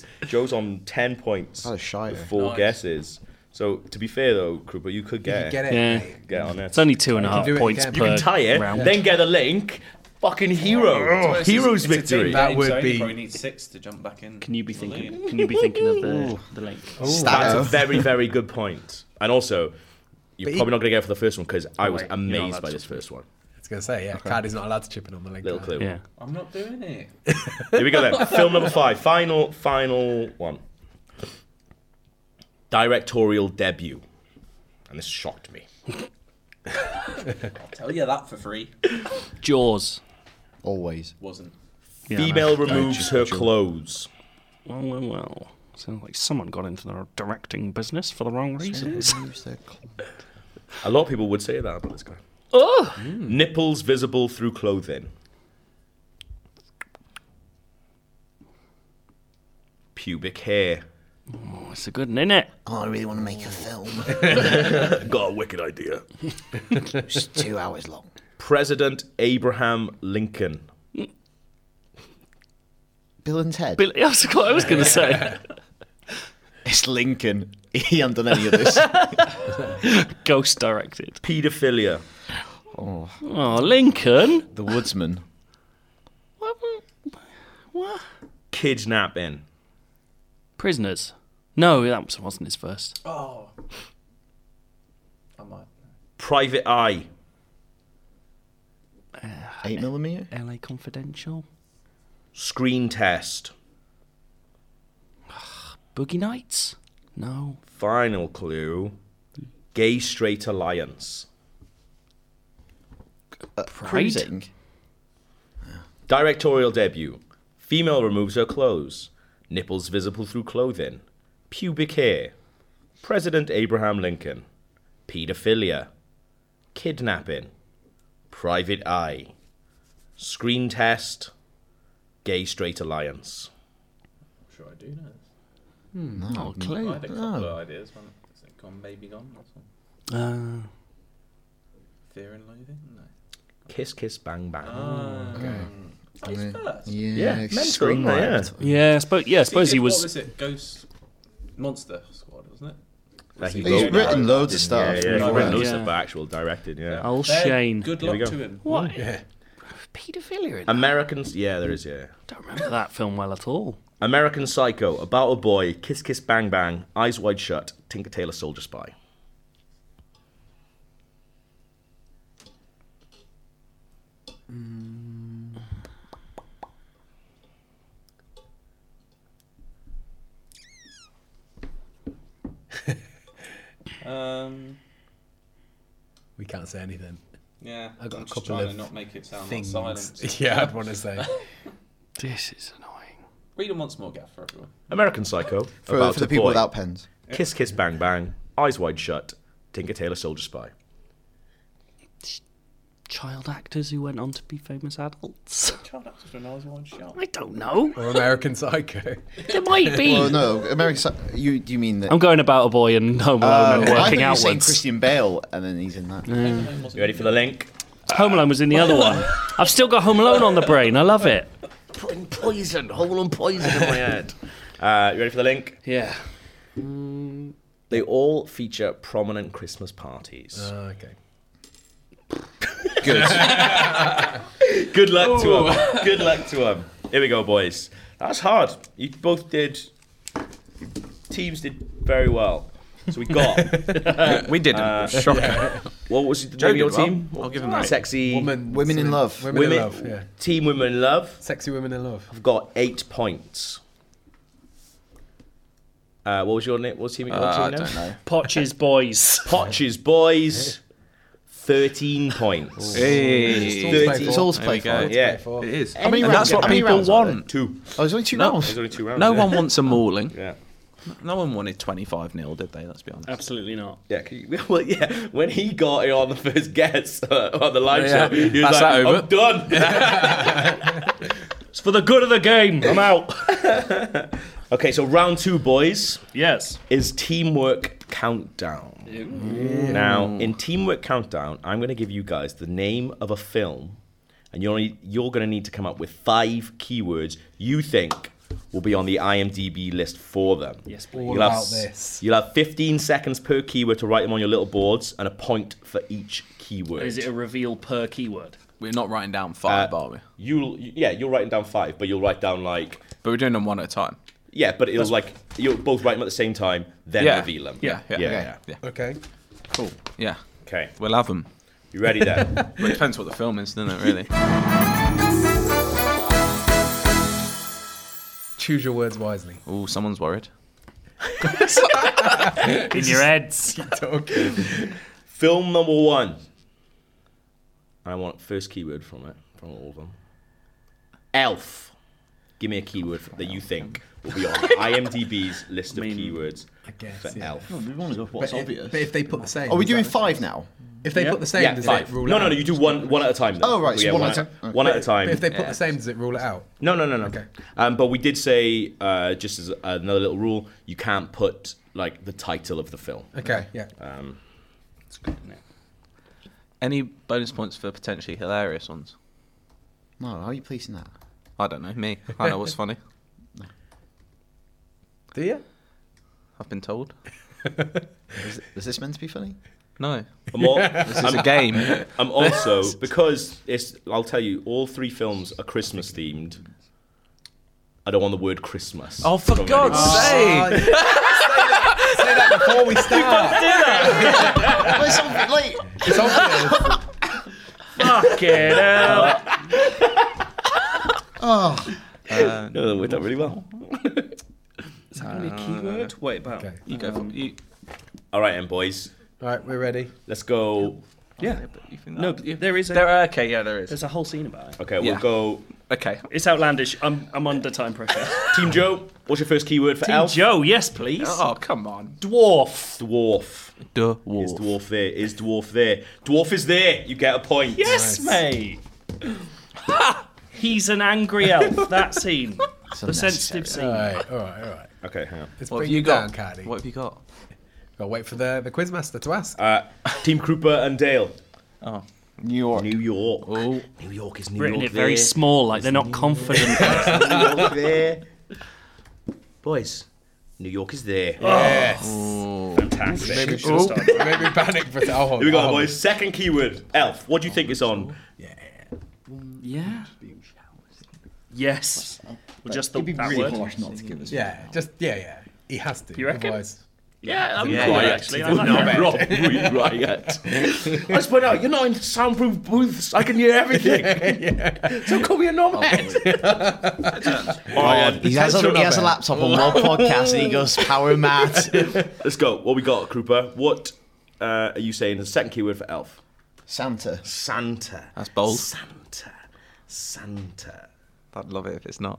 Speaker 2: Joe's on ten points.
Speaker 3: That was shite.
Speaker 2: with Four guesses. So to be fair though, Krupa, you could get,
Speaker 6: Get it.
Speaker 5: Yeah.
Speaker 6: mate.
Speaker 2: get on it.
Speaker 5: It's only two and a
Speaker 6: can
Speaker 5: half
Speaker 6: do it
Speaker 5: points
Speaker 6: again.
Speaker 5: per
Speaker 6: You can
Speaker 2: Tie it,
Speaker 5: round. Oh,
Speaker 2: then get a link. Fucking hero.
Speaker 4: It's-
Speaker 2: Hero's
Speaker 4: it's a team
Speaker 2: victory.
Speaker 6: That
Speaker 4: game,
Speaker 6: would
Speaker 4: so you
Speaker 6: be-
Speaker 4: Probably need six to jump back in.
Speaker 5: Can you be thinking? Can you be thinking of the the link?
Speaker 3: Stato.
Speaker 2: That's a very very good point. And also, You're
Speaker 6: Oh. But he-
Speaker 2: probably not going to get it for the first one because I was
Speaker 5: Right, you're not
Speaker 2: amazed
Speaker 5: allowed
Speaker 2: by
Speaker 5: to
Speaker 2: this first one.
Speaker 6: I was gonna say, yeah, Cardi's not allowed to chip in on the link.
Speaker 2: Little
Speaker 6: there.
Speaker 2: clue.
Speaker 5: Yeah.
Speaker 7: I'm not doing it.
Speaker 2: Here we go then. Film number five, final, final one. Directorial debut, and this shocked me.
Speaker 7: I'll tell you that for free.
Speaker 5: Jaws.
Speaker 3: Always.
Speaker 7: Wasn't.
Speaker 5: Yeah,
Speaker 2: Female removes her clothes.
Speaker 5: Well, well, well. Sounds like someone got into their directing business for the wrong reasons.
Speaker 2: A lot of people would say that about this guy. Oh! Nipples visible through clothing. Pubic hair.
Speaker 5: Oh, it's a good one, isn't it?
Speaker 3: Oh, I really want to make a film.
Speaker 2: Got a wicked idea.
Speaker 3: It's two hours long.
Speaker 2: President Abraham Lincoln.
Speaker 3: Bill and Ted.
Speaker 5: Bill, I was, I was going to say
Speaker 3: It's Lincoln. He hadn't done any of this.
Speaker 5: ghost directed.
Speaker 2: Pedophilia.
Speaker 5: Oh, Lincoln.
Speaker 3: the Woodsman.
Speaker 5: What? what?
Speaker 2: Kidnapping.
Speaker 5: Prisoners. No, that wasn't his first.
Speaker 7: Oh. I might.
Speaker 2: Private Eye.
Speaker 3: Eight millimeter.
Speaker 5: LA Confidential.
Speaker 2: Screen test.
Speaker 5: Boogie Nights. No.
Speaker 2: Final clue. Gay Straight Alliance.
Speaker 3: Cruising.
Speaker 2: Directorial debut. Female removes her clothes. Nipples visible through clothing. Pubic hair. President Abraham Lincoln. Pedophilia. Kidnapping. Private Eye. Screen test. Gay Straight Alliance.
Speaker 7: I'm sure I do know. this.
Speaker 5: Not a clue.
Speaker 7: I had a couple of ideas. One is it gone, baby gone. That's one.
Speaker 5: Uh,
Speaker 7: Fear and loathing. No.
Speaker 2: Kiss, kiss, bang, bang.
Speaker 7: Oh, it's first.
Speaker 2: yeah, mental, isn't it? Yeah.
Speaker 5: yeah, I suppose, yeah, I suppose he
Speaker 7: did- What
Speaker 5: was.
Speaker 7: was it? Ghost Monster Squad, wasn't it?
Speaker 2: That he
Speaker 7: He's
Speaker 2: wrote
Speaker 3: He's
Speaker 2: that.
Speaker 3: written loads of
Speaker 2: Yeah,
Speaker 3: stuff.
Speaker 2: yeah, he
Speaker 7: Yeah.
Speaker 2: wrote loads
Speaker 5: Yeah.
Speaker 2: of actual directed, yeah.
Speaker 5: Oh,
Speaker 7: There,
Speaker 5: Shane.
Speaker 7: Good
Speaker 2: Here we
Speaker 7: luck
Speaker 2: go.
Speaker 7: to him.
Speaker 5: What? Paedophilia in that?
Speaker 2: Americans, yeah, there is, yeah.
Speaker 5: Don't remember that film well at all.
Speaker 2: American Psycho, About a Boy, Kiss Kiss Bang Bang, Eyes Wide Shut, Tinker Tailor Soldier Spy.
Speaker 7: Um,
Speaker 6: We can't say anything.
Speaker 7: yeah.
Speaker 6: I got
Speaker 7: I'm
Speaker 6: a
Speaker 7: just
Speaker 6: couple
Speaker 7: trying
Speaker 6: of
Speaker 7: to not make it sound
Speaker 6: Things.
Speaker 7: like silence.
Speaker 6: Yeah, I'd want to say.
Speaker 5: This is annoying.
Speaker 7: Read them once more, Gaff, for everyone.
Speaker 2: American Psycho,
Speaker 3: For,
Speaker 2: About
Speaker 3: for the
Speaker 2: a
Speaker 3: people
Speaker 2: Boy,
Speaker 3: without pens.
Speaker 2: Kiss Kiss Bang Bang, Eyes Wide Shut, Tinker Tailor Soldier Spy.
Speaker 5: Child actors who went on to be famous adults.
Speaker 7: Child actors when I was one shot.
Speaker 5: I don't know.
Speaker 6: or American Psycho.
Speaker 5: There might be.
Speaker 3: Oh no, American. Psy- You do you mean that?
Speaker 5: I'm going about a boy and Home Alone
Speaker 3: Oh,
Speaker 5: and
Speaker 3: I thought you
Speaker 5: working
Speaker 3: were saying
Speaker 5: outwards.
Speaker 3: Christian Bale, and then he's in that.
Speaker 2: You ready for the link?
Speaker 5: Home Alone was in the other one. I've still got Home Alone on the brain. I love it.
Speaker 2: Putting poison, whole on poison in my head. Uh, you ready for the link?
Speaker 5: Yeah.
Speaker 2: They all feature prominent Christmas parties.
Speaker 6: Oh, okay.
Speaker 2: Good luck to him. Good luck to him. Here we go, boys. That's hard. You both did. Teams did very well. So we got.
Speaker 4: We didn't.
Speaker 7: Uh,
Speaker 4: Shocking.
Speaker 2: what was the
Speaker 4: Joe
Speaker 2: name of your
Speaker 4: did well.
Speaker 2: team?
Speaker 4: I'll give him that.
Speaker 2: Sexy
Speaker 6: Woman,
Speaker 3: Women in love.
Speaker 6: Women,
Speaker 2: women.
Speaker 6: in love. Yeah.
Speaker 2: Team women in love.
Speaker 6: Sexy women in love.
Speaker 2: I've got eight points. Uh, what was your name? What was team? What
Speaker 4: Uh, I
Speaker 2: team name?
Speaker 4: don't know.
Speaker 5: Potch's boys.
Speaker 2: Potches boys. Thirteen points.
Speaker 4: Hey.
Speaker 6: It's all to play
Speaker 3: It's
Speaker 6: for.
Speaker 3: all to
Speaker 4: There
Speaker 3: play
Speaker 4: we go.
Speaker 3: for.
Speaker 2: Yeah.
Speaker 6: Play for.
Speaker 4: It is.
Speaker 3: many
Speaker 4: and
Speaker 3: rounds-
Speaker 4: that's what
Speaker 3: how many
Speaker 4: people
Speaker 3: rounds are there?
Speaker 4: want.
Speaker 2: Two.
Speaker 3: Oh, there's only two
Speaker 4: No.
Speaker 3: rounds.
Speaker 2: There's only two rounds.
Speaker 4: No
Speaker 2: yeah.
Speaker 4: one wants a mauling.
Speaker 2: Yeah.
Speaker 4: No one wanted 25 nil, did they? Let's be honest.
Speaker 5: Absolutely not.
Speaker 2: Yeah, 'cause you- well, yeah. When he got it on the first guess uh, on the live
Speaker 4: Yeah.
Speaker 2: show, he was
Speaker 4: That's
Speaker 2: like,
Speaker 4: that over.
Speaker 2: "I'm done."
Speaker 5: It's for the good of the game. I'm out.
Speaker 2: okay, so round two, boys,
Speaker 5: yes.
Speaker 2: is teamwork countdown. Now, in teamwork countdown, I'm going to give you guys the name of a film, and you're only, you're going to need to come up with five keywords you think will be on the IMDb list for them.
Speaker 5: Yes,
Speaker 6: All
Speaker 5: please.
Speaker 6: about
Speaker 2: s-
Speaker 6: this.
Speaker 2: You'll have 15 seconds per keyword to write them on your little boards, and a point for each keyword.
Speaker 5: Is it a reveal per keyword?
Speaker 4: We're not writing down five, are we?
Speaker 2: You'll yeah, you're writing down five, but you'll write down like
Speaker 4: But we're doing them one at a time.
Speaker 2: yeah, but it'll like you'll both write them at the same time, then
Speaker 4: Yeah.
Speaker 2: reveal them.
Speaker 4: Yeah, yeah,
Speaker 2: yeah.
Speaker 4: yeah.
Speaker 6: Okay.
Speaker 4: Yeah,
Speaker 2: Okay,
Speaker 4: we'll have them.
Speaker 2: you ready then?
Speaker 4: It depends what the film is, doesn't it? Really.
Speaker 6: Choose your words wisely.
Speaker 4: Oh, someone's worried.
Speaker 5: in your heads.
Speaker 6: Okay.
Speaker 2: Film number one. I want first keyword from it, from all of them. Elf. Give me a keyword that you think will be on IMDb's list of keywords
Speaker 6: Oh, I guess.
Speaker 2: for
Speaker 6: yeah.
Speaker 2: elf.
Speaker 3: We want to go for
Speaker 6: But,
Speaker 3: what's
Speaker 6: if,
Speaker 3: obvious.
Speaker 6: but if they put the same.
Speaker 3: Are we
Speaker 6: does
Speaker 3: doing
Speaker 6: that-
Speaker 3: five now?
Speaker 6: If they put the same,
Speaker 2: yeah,
Speaker 6: does
Speaker 2: five.
Speaker 6: it rule
Speaker 2: no,
Speaker 6: it
Speaker 2: no,
Speaker 6: out?
Speaker 2: no. You do one one at a time. Though.
Speaker 3: Oh, right, so
Speaker 2: Yeah,
Speaker 3: one
Speaker 2: one
Speaker 3: at a
Speaker 2: at,
Speaker 3: time.
Speaker 2: one at a time.
Speaker 6: But if they put the same, does it rule it out?
Speaker 2: No, no, no, no.
Speaker 6: Okay.
Speaker 2: Um, but we did say, uh, just as another little rule, you can't put like the title of the film.
Speaker 6: Okay. Yeah.
Speaker 4: Any bonus points for potentially hilarious ones?
Speaker 3: No, how are you placing that?
Speaker 4: I don't know. Me. I know what's funny.
Speaker 6: do you?
Speaker 4: I've been told.
Speaker 3: Is, is this meant to be funny?
Speaker 4: No.
Speaker 2: I'm, al-
Speaker 4: This is a game.
Speaker 2: I'm Um, also because it's. I'll tell you, all three films are Christmas themed. I don't want the word Christmas.
Speaker 4: Oh, for
Speaker 2: from
Speaker 4: God's
Speaker 2: anyone.
Speaker 4: sake!
Speaker 6: say that, say that before we
Speaker 3: Well, it's
Speaker 6: start.
Speaker 3: ob- like,
Speaker 6: It's obvious.
Speaker 5: Fuck it out.
Speaker 4: Uh,
Speaker 2: No, that worked out really well.
Speaker 5: Is that going to be a keyword? Wait, about.
Speaker 6: Okay.
Speaker 4: You go for you.
Speaker 2: All right, then, boys,
Speaker 6: All right, we're ready.
Speaker 2: let's go.
Speaker 4: Yeah. but you think that-
Speaker 5: No, but there is a.
Speaker 4: There. Are, okay. Yeah, there is.
Speaker 5: there's a whole scene about it.
Speaker 2: Okay,
Speaker 4: Yeah.
Speaker 2: we'll go.
Speaker 4: Okay.
Speaker 5: It's outlandish. I'm, I'm under time pressure.
Speaker 2: Team Joe, what's your first keyword for elf?
Speaker 5: Joe, yes, please.
Speaker 4: Oh, come on.
Speaker 2: Dwarf. Dwarf.
Speaker 4: Duh.
Speaker 2: Is dwarf there? Is dwarf there? Dwarf is there. You get a point.
Speaker 5: Yes, mate. He's an angry elf. That scene. the sensitive scene.
Speaker 6: All right. All right. All right.
Speaker 2: Okay, hang on.
Speaker 6: Let's
Speaker 4: What have
Speaker 6: bring
Speaker 4: you
Speaker 6: it down,
Speaker 4: got?
Speaker 6: Cardi.
Speaker 4: What have you got?
Speaker 6: I'll wait for the the quizmaster to ask.
Speaker 2: Uh, Team Krupa and Dale.
Speaker 4: Oh.
Speaker 3: New York.
Speaker 2: New York.
Speaker 4: Oh.
Speaker 2: New York is New
Speaker 5: Written
Speaker 2: York.
Speaker 5: it very
Speaker 2: there.
Speaker 5: small, like they're not confident.
Speaker 2: New York there. Boys, New York is there.
Speaker 5: Fantastic.
Speaker 6: Maybe we should start. Maybe panic for it. Oh,
Speaker 2: Here we go, boys. Second keyword, elf. What do you think is on?
Speaker 5: Yeah. Yes. Well, just the,
Speaker 9: It'd be
Speaker 5: that
Speaker 9: really
Speaker 5: word.
Speaker 9: harsh not to give us.
Speaker 6: Yeah. Just yeah, yeah. He has to.
Speaker 5: You reckon?
Speaker 6: Otherwise,
Speaker 5: Yeah, I'm
Speaker 2: Yeah,
Speaker 5: right,
Speaker 2: yeah.
Speaker 5: actually. I like
Speaker 2: No,
Speaker 5: that.
Speaker 2: Rob, we riot. Let's point out, you're not in soundproof booths. I can hear everything. So call me a nomad. All right,
Speaker 3: He has, a, he has a laptop on one podcast and he goes power mad.
Speaker 2: let's go. What we got, Krupa? What uh, are you saying? The second keyword for elf.
Speaker 3: Santa.
Speaker 2: Santa.
Speaker 4: That's bold.
Speaker 2: Santa. Santa.
Speaker 4: I'd love it if it's not.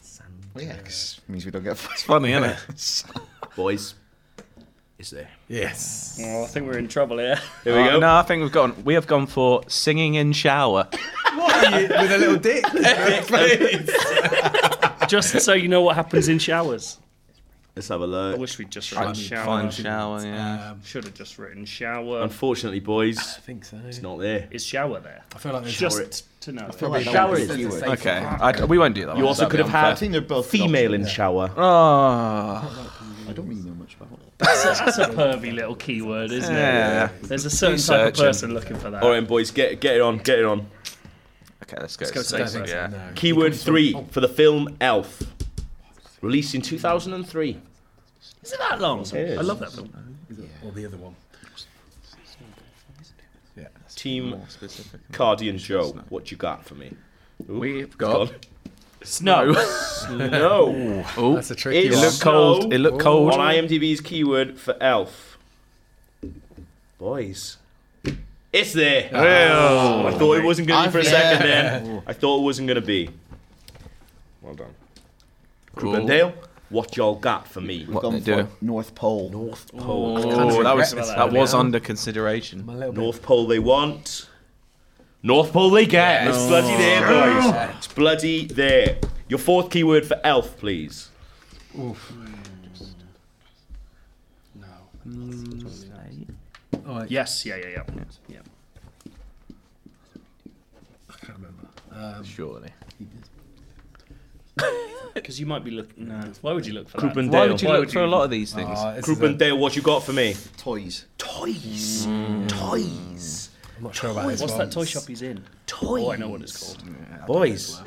Speaker 2: Santa.
Speaker 3: Well, yeah, 'cause it means we don't get
Speaker 4: It's funny, isn't it?
Speaker 2: Boys, is there?
Speaker 6: yes.
Speaker 5: Oh, I think we're in trouble here.
Speaker 2: Here we
Speaker 4: Uh,
Speaker 2: go.
Speaker 4: No, I think we've gone. We have gone for singing in shower.
Speaker 6: With a little dick.
Speaker 5: just so you know what happens in showers.
Speaker 2: Let's have a
Speaker 5: I
Speaker 2: look.
Speaker 5: wish we'd just written shower.
Speaker 4: Fine shower. Yeah.
Speaker 6: Um,
Speaker 5: Should have just written shower.
Speaker 2: Unfortunately, boys,
Speaker 6: I think so.
Speaker 2: it's not there.
Speaker 5: Is shower there?
Speaker 6: I feel like there's
Speaker 5: Just
Speaker 2: it.
Speaker 5: to know.
Speaker 3: like that
Speaker 2: Shower
Speaker 3: one
Speaker 2: is
Speaker 3: the
Speaker 2: you.
Speaker 3: safe one.
Speaker 4: Okay. I, we won't do that.
Speaker 2: You
Speaker 4: one.
Speaker 2: also could
Speaker 4: That'd
Speaker 2: have
Speaker 4: be
Speaker 3: I
Speaker 2: had
Speaker 3: think they're both
Speaker 2: female in shower.
Speaker 4: unfair. Oh.
Speaker 9: I don't really know much about it.
Speaker 5: That's a pervy little keyword, isn't
Speaker 4: Yeah.
Speaker 5: it? There's a certain type of
Speaker 4: searching.
Speaker 5: person looking for that.
Speaker 2: All right, boys, get get it on, get it on.
Speaker 4: Okay, let's go.
Speaker 5: go
Speaker 4: Safe.
Speaker 5: safe.
Speaker 4: Yeah.
Speaker 6: No.
Speaker 2: Keyword three for the film Elf, released in 2003.
Speaker 5: Is it that long?
Speaker 2: is.
Speaker 5: I love that film.
Speaker 6: Or the other one.
Speaker 2: Team
Speaker 4: Specific.
Speaker 2: Cardi and Joe, what you got for me?
Speaker 4: We've
Speaker 2: God,
Speaker 5: Snow.
Speaker 2: no.
Speaker 4: Oh,
Speaker 6: That's a tricky
Speaker 4: It
Speaker 6: one.
Speaker 4: looked cold. It looked cold.
Speaker 2: On IMDb's keyword for Elf, boys, it's there. I thought it wasn't going to be for a second. Then I thought it wasn't going to be. Well done,
Speaker 4: Cool.
Speaker 2: Dale. What y'all got for me?
Speaker 3: We've gone
Speaker 4: they
Speaker 3: for
Speaker 4: do.
Speaker 3: North Pole.
Speaker 2: North Pole.
Speaker 4: Oh, that was
Speaker 5: about that
Speaker 4: that was
Speaker 5: earlier.
Speaker 4: under consideration.
Speaker 6: A little bit.
Speaker 2: North Pole they want. North Pole they get. It's bloody there, boys. It's bloody there. Your fourth keyword for elf, please.
Speaker 5: Yes, yeah, yeah, yeah. yeah.
Speaker 4: Surely.
Speaker 5: Because you might be looking. No. Why would you look for
Speaker 2: Croup
Speaker 5: that?
Speaker 2: and
Speaker 4: Why
Speaker 2: Dale.
Speaker 4: would you
Speaker 5: Why
Speaker 4: look
Speaker 5: would
Speaker 4: for
Speaker 5: you-
Speaker 4: a lot of these things?
Speaker 6: Oh, this
Speaker 2: Croup
Speaker 6: is a-
Speaker 2: and Dale, what you got for me?
Speaker 3: Toys.
Speaker 2: Toys. Toys.
Speaker 6: I'm not sure about this
Speaker 5: What's
Speaker 6: one.
Speaker 5: that toy shop he's in?
Speaker 2: Toys.
Speaker 5: Oh, I know what it's called.
Speaker 2: Boys.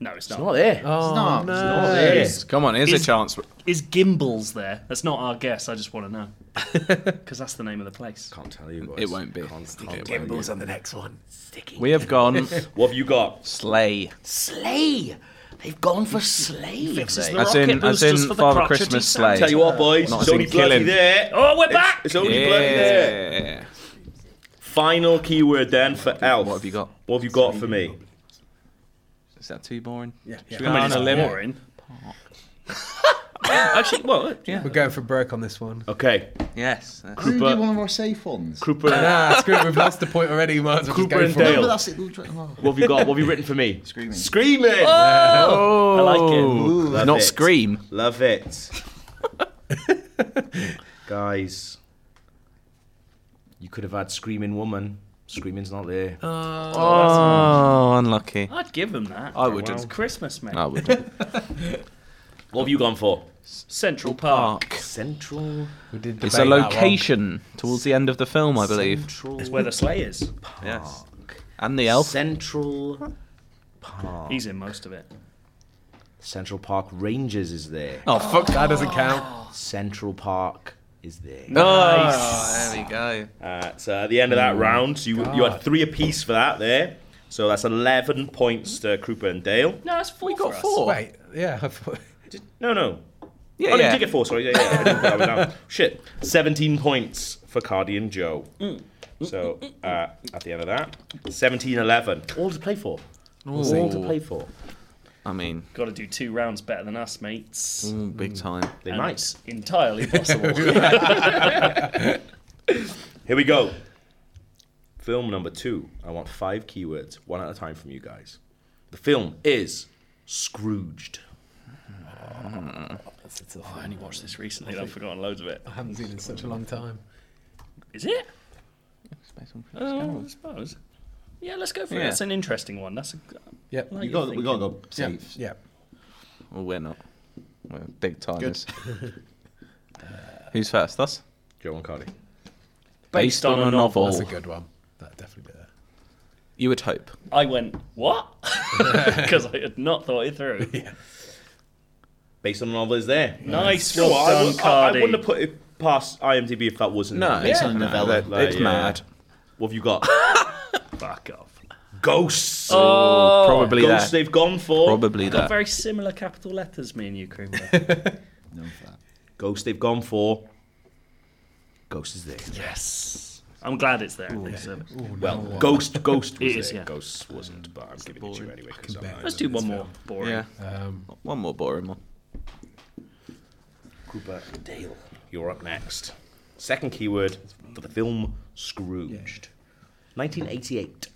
Speaker 5: No, it's
Speaker 2: It's
Speaker 5: not.
Speaker 2: not there.
Speaker 4: Oh,
Speaker 3: not.
Speaker 4: no.
Speaker 2: not there.
Speaker 4: Come on, here's
Speaker 5: Is-
Speaker 4: a chance.
Speaker 5: Is Gimbals there? That's not our guess. I just want to know because that's the name of the place.
Speaker 2: Can't tell you. Guys.
Speaker 4: It won't be.
Speaker 2: Can't tell you.
Speaker 10: Gimbals on the next one. Sticky.
Speaker 4: We have gone
Speaker 2: What have you got?
Speaker 4: sleigh.
Speaker 10: Slay. They've gone for slay.
Speaker 5: Fixes the
Speaker 4: As
Speaker 5: rocket
Speaker 4: in- as
Speaker 5: boosters
Speaker 4: in
Speaker 5: for the
Speaker 4: Father
Speaker 5: crotchety
Speaker 4: Christmas
Speaker 5: Santa.
Speaker 4: sleigh.
Speaker 2: Tell you what, boys.
Speaker 4: Not
Speaker 2: it's
Speaker 4: as
Speaker 2: only
Speaker 4: in
Speaker 2: bloody
Speaker 4: killing.
Speaker 2: there.
Speaker 5: Oh, we're back.
Speaker 2: It's only bloody there.
Speaker 4: Yeah.
Speaker 2: Final keyword then for elf.
Speaker 4: What have you got?
Speaker 2: What have you got for me?
Speaker 4: Is that too boring? Yeah.
Speaker 5: I mean, it's boring.
Speaker 2: Actually, well,
Speaker 6: We're going for broke on this one.
Speaker 2: okay.
Speaker 4: Yes.
Speaker 3: Can we
Speaker 2: Cooper-
Speaker 3: do one of our safe ones?
Speaker 2: Cooper,
Speaker 6: Nah, screw it. We've lost the point already. We might as well just
Speaker 2: Cooper
Speaker 6: go
Speaker 2: and
Speaker 6: for it.
Speaker 3: No, but
Speaker 2: Dale.
Speaker 3: that's it. We'll try- oh.
Speaker 2: what have you got? What have you written for me?
Speaker 3: Screaming.
Speaker 2: Screaming.
Speaker 4: Oh,
Speaker 5: I like it.
Speaker 2: Love
Speaker 4: Not
Speaker 2: it.
Speaker 4: scream.
Speaker 2: Love it. Guys, you could have had Screaming Woman. Screaming's not there.
Speaker 4: Oh, unlucky.
Speaker 5: I'd give them that.
Speaker 4: I wouldn't.
Speaker 5: It's Christmas, mate.
Speaker 4: I would.
Speaker 2: What have you gone for?
Speaker 5: Central Park.
Speaker 2: Central.
Speaker 6: We did
Speaker 4: It's a
Speaker 6: debate that one.
Speaker 4: location towards the end of the film, I believe.
Speaker 2: Central.
Speaker 5: It's where the sleigh is.
Speaker 4: Yes. And the elf.
Speaker 2: Central.
Speaker 5: He's in most of it.
Speaker 2: Central Park Rangers is there.
Speaker 4: Oh fuck!
Speaker 6: That doesn't count.
Speaker 5: Oh.
Speaker 2: Central Park is there.
Speaker 4: Nice. There Oh, we go.
Speaker 2: Uh, so at the end of that round, so you you had three apiece for that there. So that's eleven points to Krupa and Dale.
Speaker 5: No, it's four. We
Speaker 4: Got four.
Speaker 6: Wait, yeah. I thought-
Speaker 2: No, no. oh,
Speaker 4: Yeah,
Speaker 2: no, you
Speaker 4: yeah.
Speaker 2: did get four. Sorry, yeah, yeah. I didn't put that one down. Shit. Seventeen points for Cardi and Joe. So uh, at the end of that, 17-11. All to play for. All to play for.
Speaker 4: I mean,
Speaker 5: Got to do two rounds better than us, mates.
Speaker 4: mm, big time.
Speaker 2: They
Speaker 5: And
Speaker 2: might.
Speaker 5: it's entirely possible.
Speaker 2: Here we go. Film number two. I want five keywords, one at a time from you guys. The film is Scrooged.
Speaker 5: Oh, I only watched this recently. and I've forgotten loads of it.
Speaker 6: I haven't seen it in such a long time.
Speaker 5: Is it? Oh, I suppose. Yeah, let's go for it.
Speaker 4: Yeah.
Speaker 5: That's an interesting one. That's a.
Speaker 6: Yep.
Speaker 5: I like
Speaker 3: You
Speaker 5: your
Speaker 3: got, we
Speaker 5: thinking.
Speaker 3: got to go
Speaker 6: Yeah.
Speaker 3: safe.
Speaker 6: Yeah.
Speaker 4: Well, we're not. We're big timers. Who's first? Us.
Speaker 2: Joe and Cardi.
Speaker 4: Based on a
Speaker 6: That's a
Speaker 4: novel.
Speaker 6: good one. That definitely be there.
Speaker 4: You would hope.
Speaker 5: I went what? Because I had not thought it through.
Speaker 2: Based on the novel is there.
Speaker 5: Nice
Speaker 2: No,
Speaker 5: well
Speaker 2: I,
Speaker 5: done,
Speaker 2: would, I, I
Speaker 5: Cardi.
Speaker 2: wouldn't have put it past IMDb if that wasn't.
Speaker 4: No,
Speaker 2: there.
Speaker 4: it's
Speaker 3: It's on a novella.
Speaker 4: It's
Speaker 2: Like, yeah.
Speaker 4: mad.
Speaker 2: What have you got?
Speaker 5: Fuck off.
Speaker 2: Ghosts.
Speaker 5: Oh,
Speaker 4: Probably
Speaker 2: Ghosts
Speaker 4: that.
Speaker 2: they've gone for.
Speaker 4: Probably
Speaker 5: got
Speaker 4: that.
Speaker 5: very similar capital letters, me and you, Kruger.
Speaker 2: Ghosts they've gone for. Ghost is there.
Speaker 5: yes. I'm glad it's there. at least, um,
Speaker 2: well, Ghost, Ghost was
Speaker 5: It is,
Speaker 2: there.
Speaker 5: yeah.
Speaker 2: Ghosts wasn't, but I'm giving it to you anyway. 'cause I'm
Speaker 6: bet.
Speaker 2: not-
Speaker 5: Let's do one more. Boring.
Speaker 4: Yeah.
Speaker 6: Um,
Speaker 4: One more boring one.
Speaker 2: Cooper Dale, you're up next. Second keyword for the film Scrooged. 1988.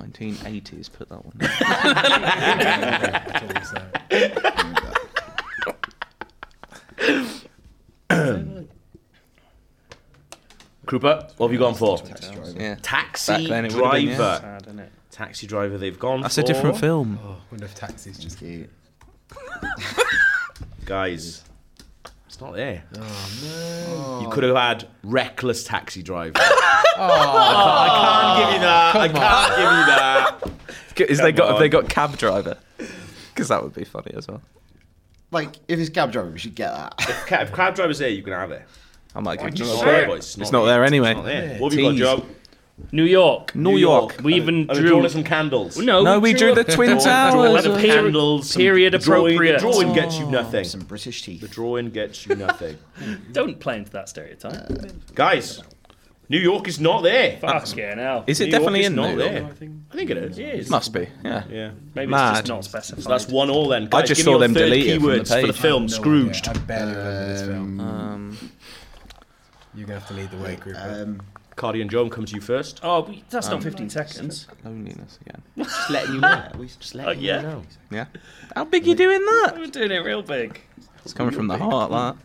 Speaker 4: 1980s. Put that one.
Speaker 6: it's always there.
Speaker 2: Krupa, what have you gone for?
Speaker 4: yeah.
Speaker 2: Taxi
Speaker 4: Back then it
Speaker 2: driver.
Speaker 4: would've been, yeah.
Speaker 5: Sad, isn't it?
Speaker 2: Taxi driver, they've gone
Speaker 4: That's
Speaker 2: for.
Speaker 4: a different film.
Speaker 6: Oh, I wonder if taxis just.
Speaker 2: Guys, it's not there.
Speaker 6: Oh no!
Speaker 2: You could have had Reckless Taxi Driver.
Speaker 6: Oh,
Speaker 2: I'll give you that. I
Speaker 6: come
Speaker 2: can't give you that.
Speaker 4: Is they got
Speaker 2: on.
Speaker 4: have they got cab driver? Because that would be funny as well.
Speaker 3: Like, if it's cab driver, we should get that.
Speaker 2: Ca- If Cab Driver's there, you can have it.
Speaker 4: I might give
Speaker 2: No,
Speaker 4: you.
Speaker 2: sorry, boys, it's,
Speaker 4: not there anyway.
Speaker 2: It's not there. What have you got,
Speaker 4: Tease.
Speaker 2: Joe?
Speaker 5: New York.
Speaker 4: New York.
Speaker 5: We even
Speaker 2: I mean,
Speaker 5: drew.
Speaker 2: drawing some candles.
Speaker 5: No,
Speaker 4: No, we drew the Twin
Speaker 5: Well,
Speaker 4: Towers.
Speaker 5: the
Speaker 2: Some
Speaker 5: peri-
Speaker 2: candles, some
Speaker 5: period
Speaker 2: drawing-
Speaker 5: appropriate.
Speaker 2: The drawing gets you nothing.
Speaker 3: Some British
Speaker 2: The
Speaker 3: teeth.
Speaker 2: drawing gets you nothing.
Speaker 5: Don't play into that stereotype.
Speaker 2: Uh, Guys, New York is not there.
Speaker 5: Fuck yeah, now.
Speaker 4: Is it
Speaker 2: New
Speaker 4: definitely
Speaker 2: York is
Speaker 4: in
Speaker 2: not
Speaker 4: New
Speaker 2: there.
Speaker 4: York?
Speaker 2: I think it is. Yes.
Speaker 4: Must be. Yeah.
Speaker 2: Yeah.
Speaker 5: Maybe it's
Speaker 4: Mad.
Speaker 5: just not specified.
Speaker 2: So that's one all then. Guys,
Speaker 4: I just
Speaker 2: give
Speaker 4: saw
Speaker 2: me your
Speaker 4: them
Speaker 2: third
Speaker 4: delete it from the
Speaker 2: keywords for the
Speaker 4: page.
Speaker 2: film Scrooged.
Speaker 6: I barely remember this film.
Speaker 4: Um,
Speaker 6: You're gonna have to lead the way, group.
Speaker 3: Um,
Speaker 2: Cardi and Joan come to you first.
Speaker 5: Oh, we- that's
Speaker 4: Um,
Speaker 5: not 15 seconds.
Speaker 4: loneliness again.
Speaker 3: just letting you know. We just
Speaker 5: Oh,
Speaker 3: letting
Speaker 5: yeah.
Speaker 4: Yeah. How big you doing that?
Speaker 5: We're doing it real big.
Speaker 4: It's coming from the heart, that.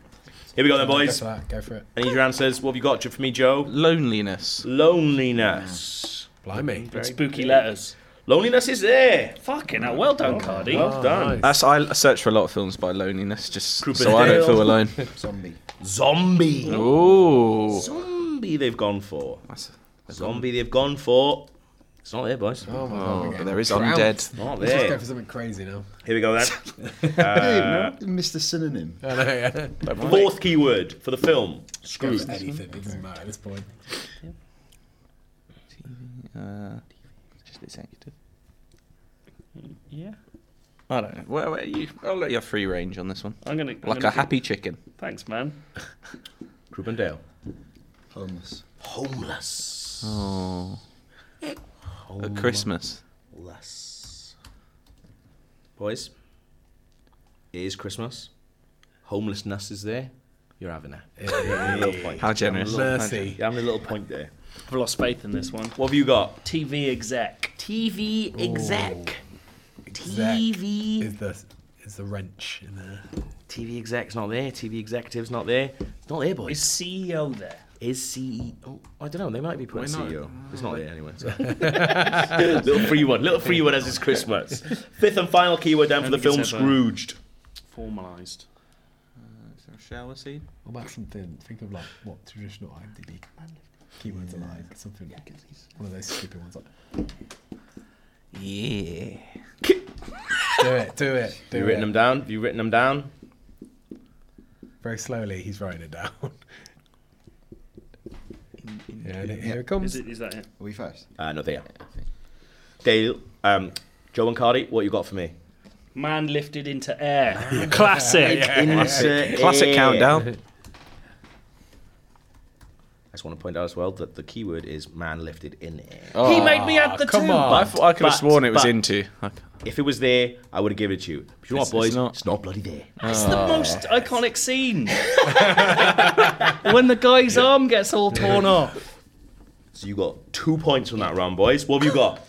Speaker 2: Here we go then,
Speaker 6: Go
Speaker 2: boys.
Speaker 6: for that. Go for it.
Speaker 2: I need your answers. What have you got for me, Joe?
Speaker 4: Loneliness.
Speaker 2: Loneliness.
Speaker 6: Blimey!
Speaker 5: Spooky letters.
Speaker 2: Loneliness is there.
Speaker 5: Fucking hell. Oh, Well done, Cardi.
Speaker 2: Well done.
Speaker 4: That's I search for a lot of films by loneliness, just
Speaker 2: Croup
Speaker 4: so I don't
Speaker 2: Dale.
Speaker 4: feel alone.
Speaker 3: Zombie.
Speaker 2: Zombie.
Speaker 4: Ooh.
Speaker 2: Zombie they've gone for.
Speaker 4: That's-
Speaker 2: Zombie they've gone for. It's not there, boys.
Speaker 6: Oh, my God. Okay. Crown.
Speaker 2: Not
Speaker 6: Let's just
Speaker 2: there.
Speaker 6: go for something crazy now.
Speaker 2: Here we go then.
Speaker 6: Hey,
Speaker 3: Uh, Mr. Synonym.
Speaker 6: I know, Oh, yeah.
Speaker 2: Uh, Fourth keyword for the film.
Speaker 6: Go
Speaker 2: Scrooge.
Speaker 6: for anything. It doesn't matter at this point.
Speaker 4: Uh, just executive.
Speaker 5: Yeah.
Speaker 4: I don't know. Well, well, you, I'll let you have free range on this one.
Speaker 5: I'm gonna- I'm
Speaker 4: like
Speaker 5: gonna
Speaker 4: a happy chicken.
Speaker 5: Thanks, man.
Speaker 2: Grubendale.
Speaker 3: Homeless.
Speaker 10: Homeless.
Speaker 4: Oh. At Christmas.
Speaker 2: Less. Boys, it is Christmas. Homelessness is there. You're having a, you're having a little point.
Speaker 4: How generous.
Speaker 2: You're having a little
Speaker 4: Mercy.
Speaker 2: point. You're having a little point there.
Speaker 5: I've lost faith in this one.
Speaker 2: What have you got?
Speaker 5: TV exec.
Speaker 10: TV exec.
Speaker 6: TV. Is the, is the wrench in there.
Speaker 2: TV exec's not there. TV executive's not there. It's not there, boys.
Speaker 5: Is CEO there?
Speaker 2: Is CEO? Oh, I don't know. They might be putting
Speaker 4: Why not?
Speaker 2: CEO. It's not there anyway. so. little free one. Little free one as it's Christmas. Fifth and final keyword down for
Speaker 5: Don't
Speaker 2: the
Speaker 5: think it's
Speaker 2: film
Speaker 5: ever-
Speaker 2: Scrooged.
Speaker 5: Formalized.
Speaker 4: Is there a shower scene?
Speaker 6: What about something? Think of like what traditional IMDb keywords are like. Something one of those stupid ones. Like,
Speaker 4: Yeah.
Speaker 6: do it, do it,
Speaker 2: Have you
Speaker 6: do
Speaker 2: written
Speaker 6: it.
Speaker 2: them down? Have you written them down?
Speaker 6: Very slowly, he's writing it down. yeah, and here it comes.
Speaker 5: Is, it, is that it?
Speaker 3: Are we first?
Speaker 2: Uh, no, they are. Dale, um, Joe and Cardi, what you got for me?
Speaker 5: Man lifted into air. Classic.
Speaker 2: Classic,
Speaker 4: Classic countdown.
Speaker 2: I just want to point out as well that the keyword is man lifted in air.
Speaker 4: Oh,
Speaker 5: He made me add the
Speaker 6: come
Speaker 5: two.
Speaker 6: on.
Speaker 4: I thought I could have
Speaker 2: But-
Speaker 4: sworn it was
Speaker 2: but-
Speaker 4: into.
Speaker 2: If it was there, I would have given it to you. But you know what,
Speaker 4: It's-
Speaker 2: boys?
Speaker 4: it's not.
Speaker 2: bloody there.
Speaker 5: It's
Speaker 4: Oh.
Speaker 5: the most iconic scene. when the guy's arm gets all torn off.
Speaker 2: So you got two points from that round, boys. What have you got?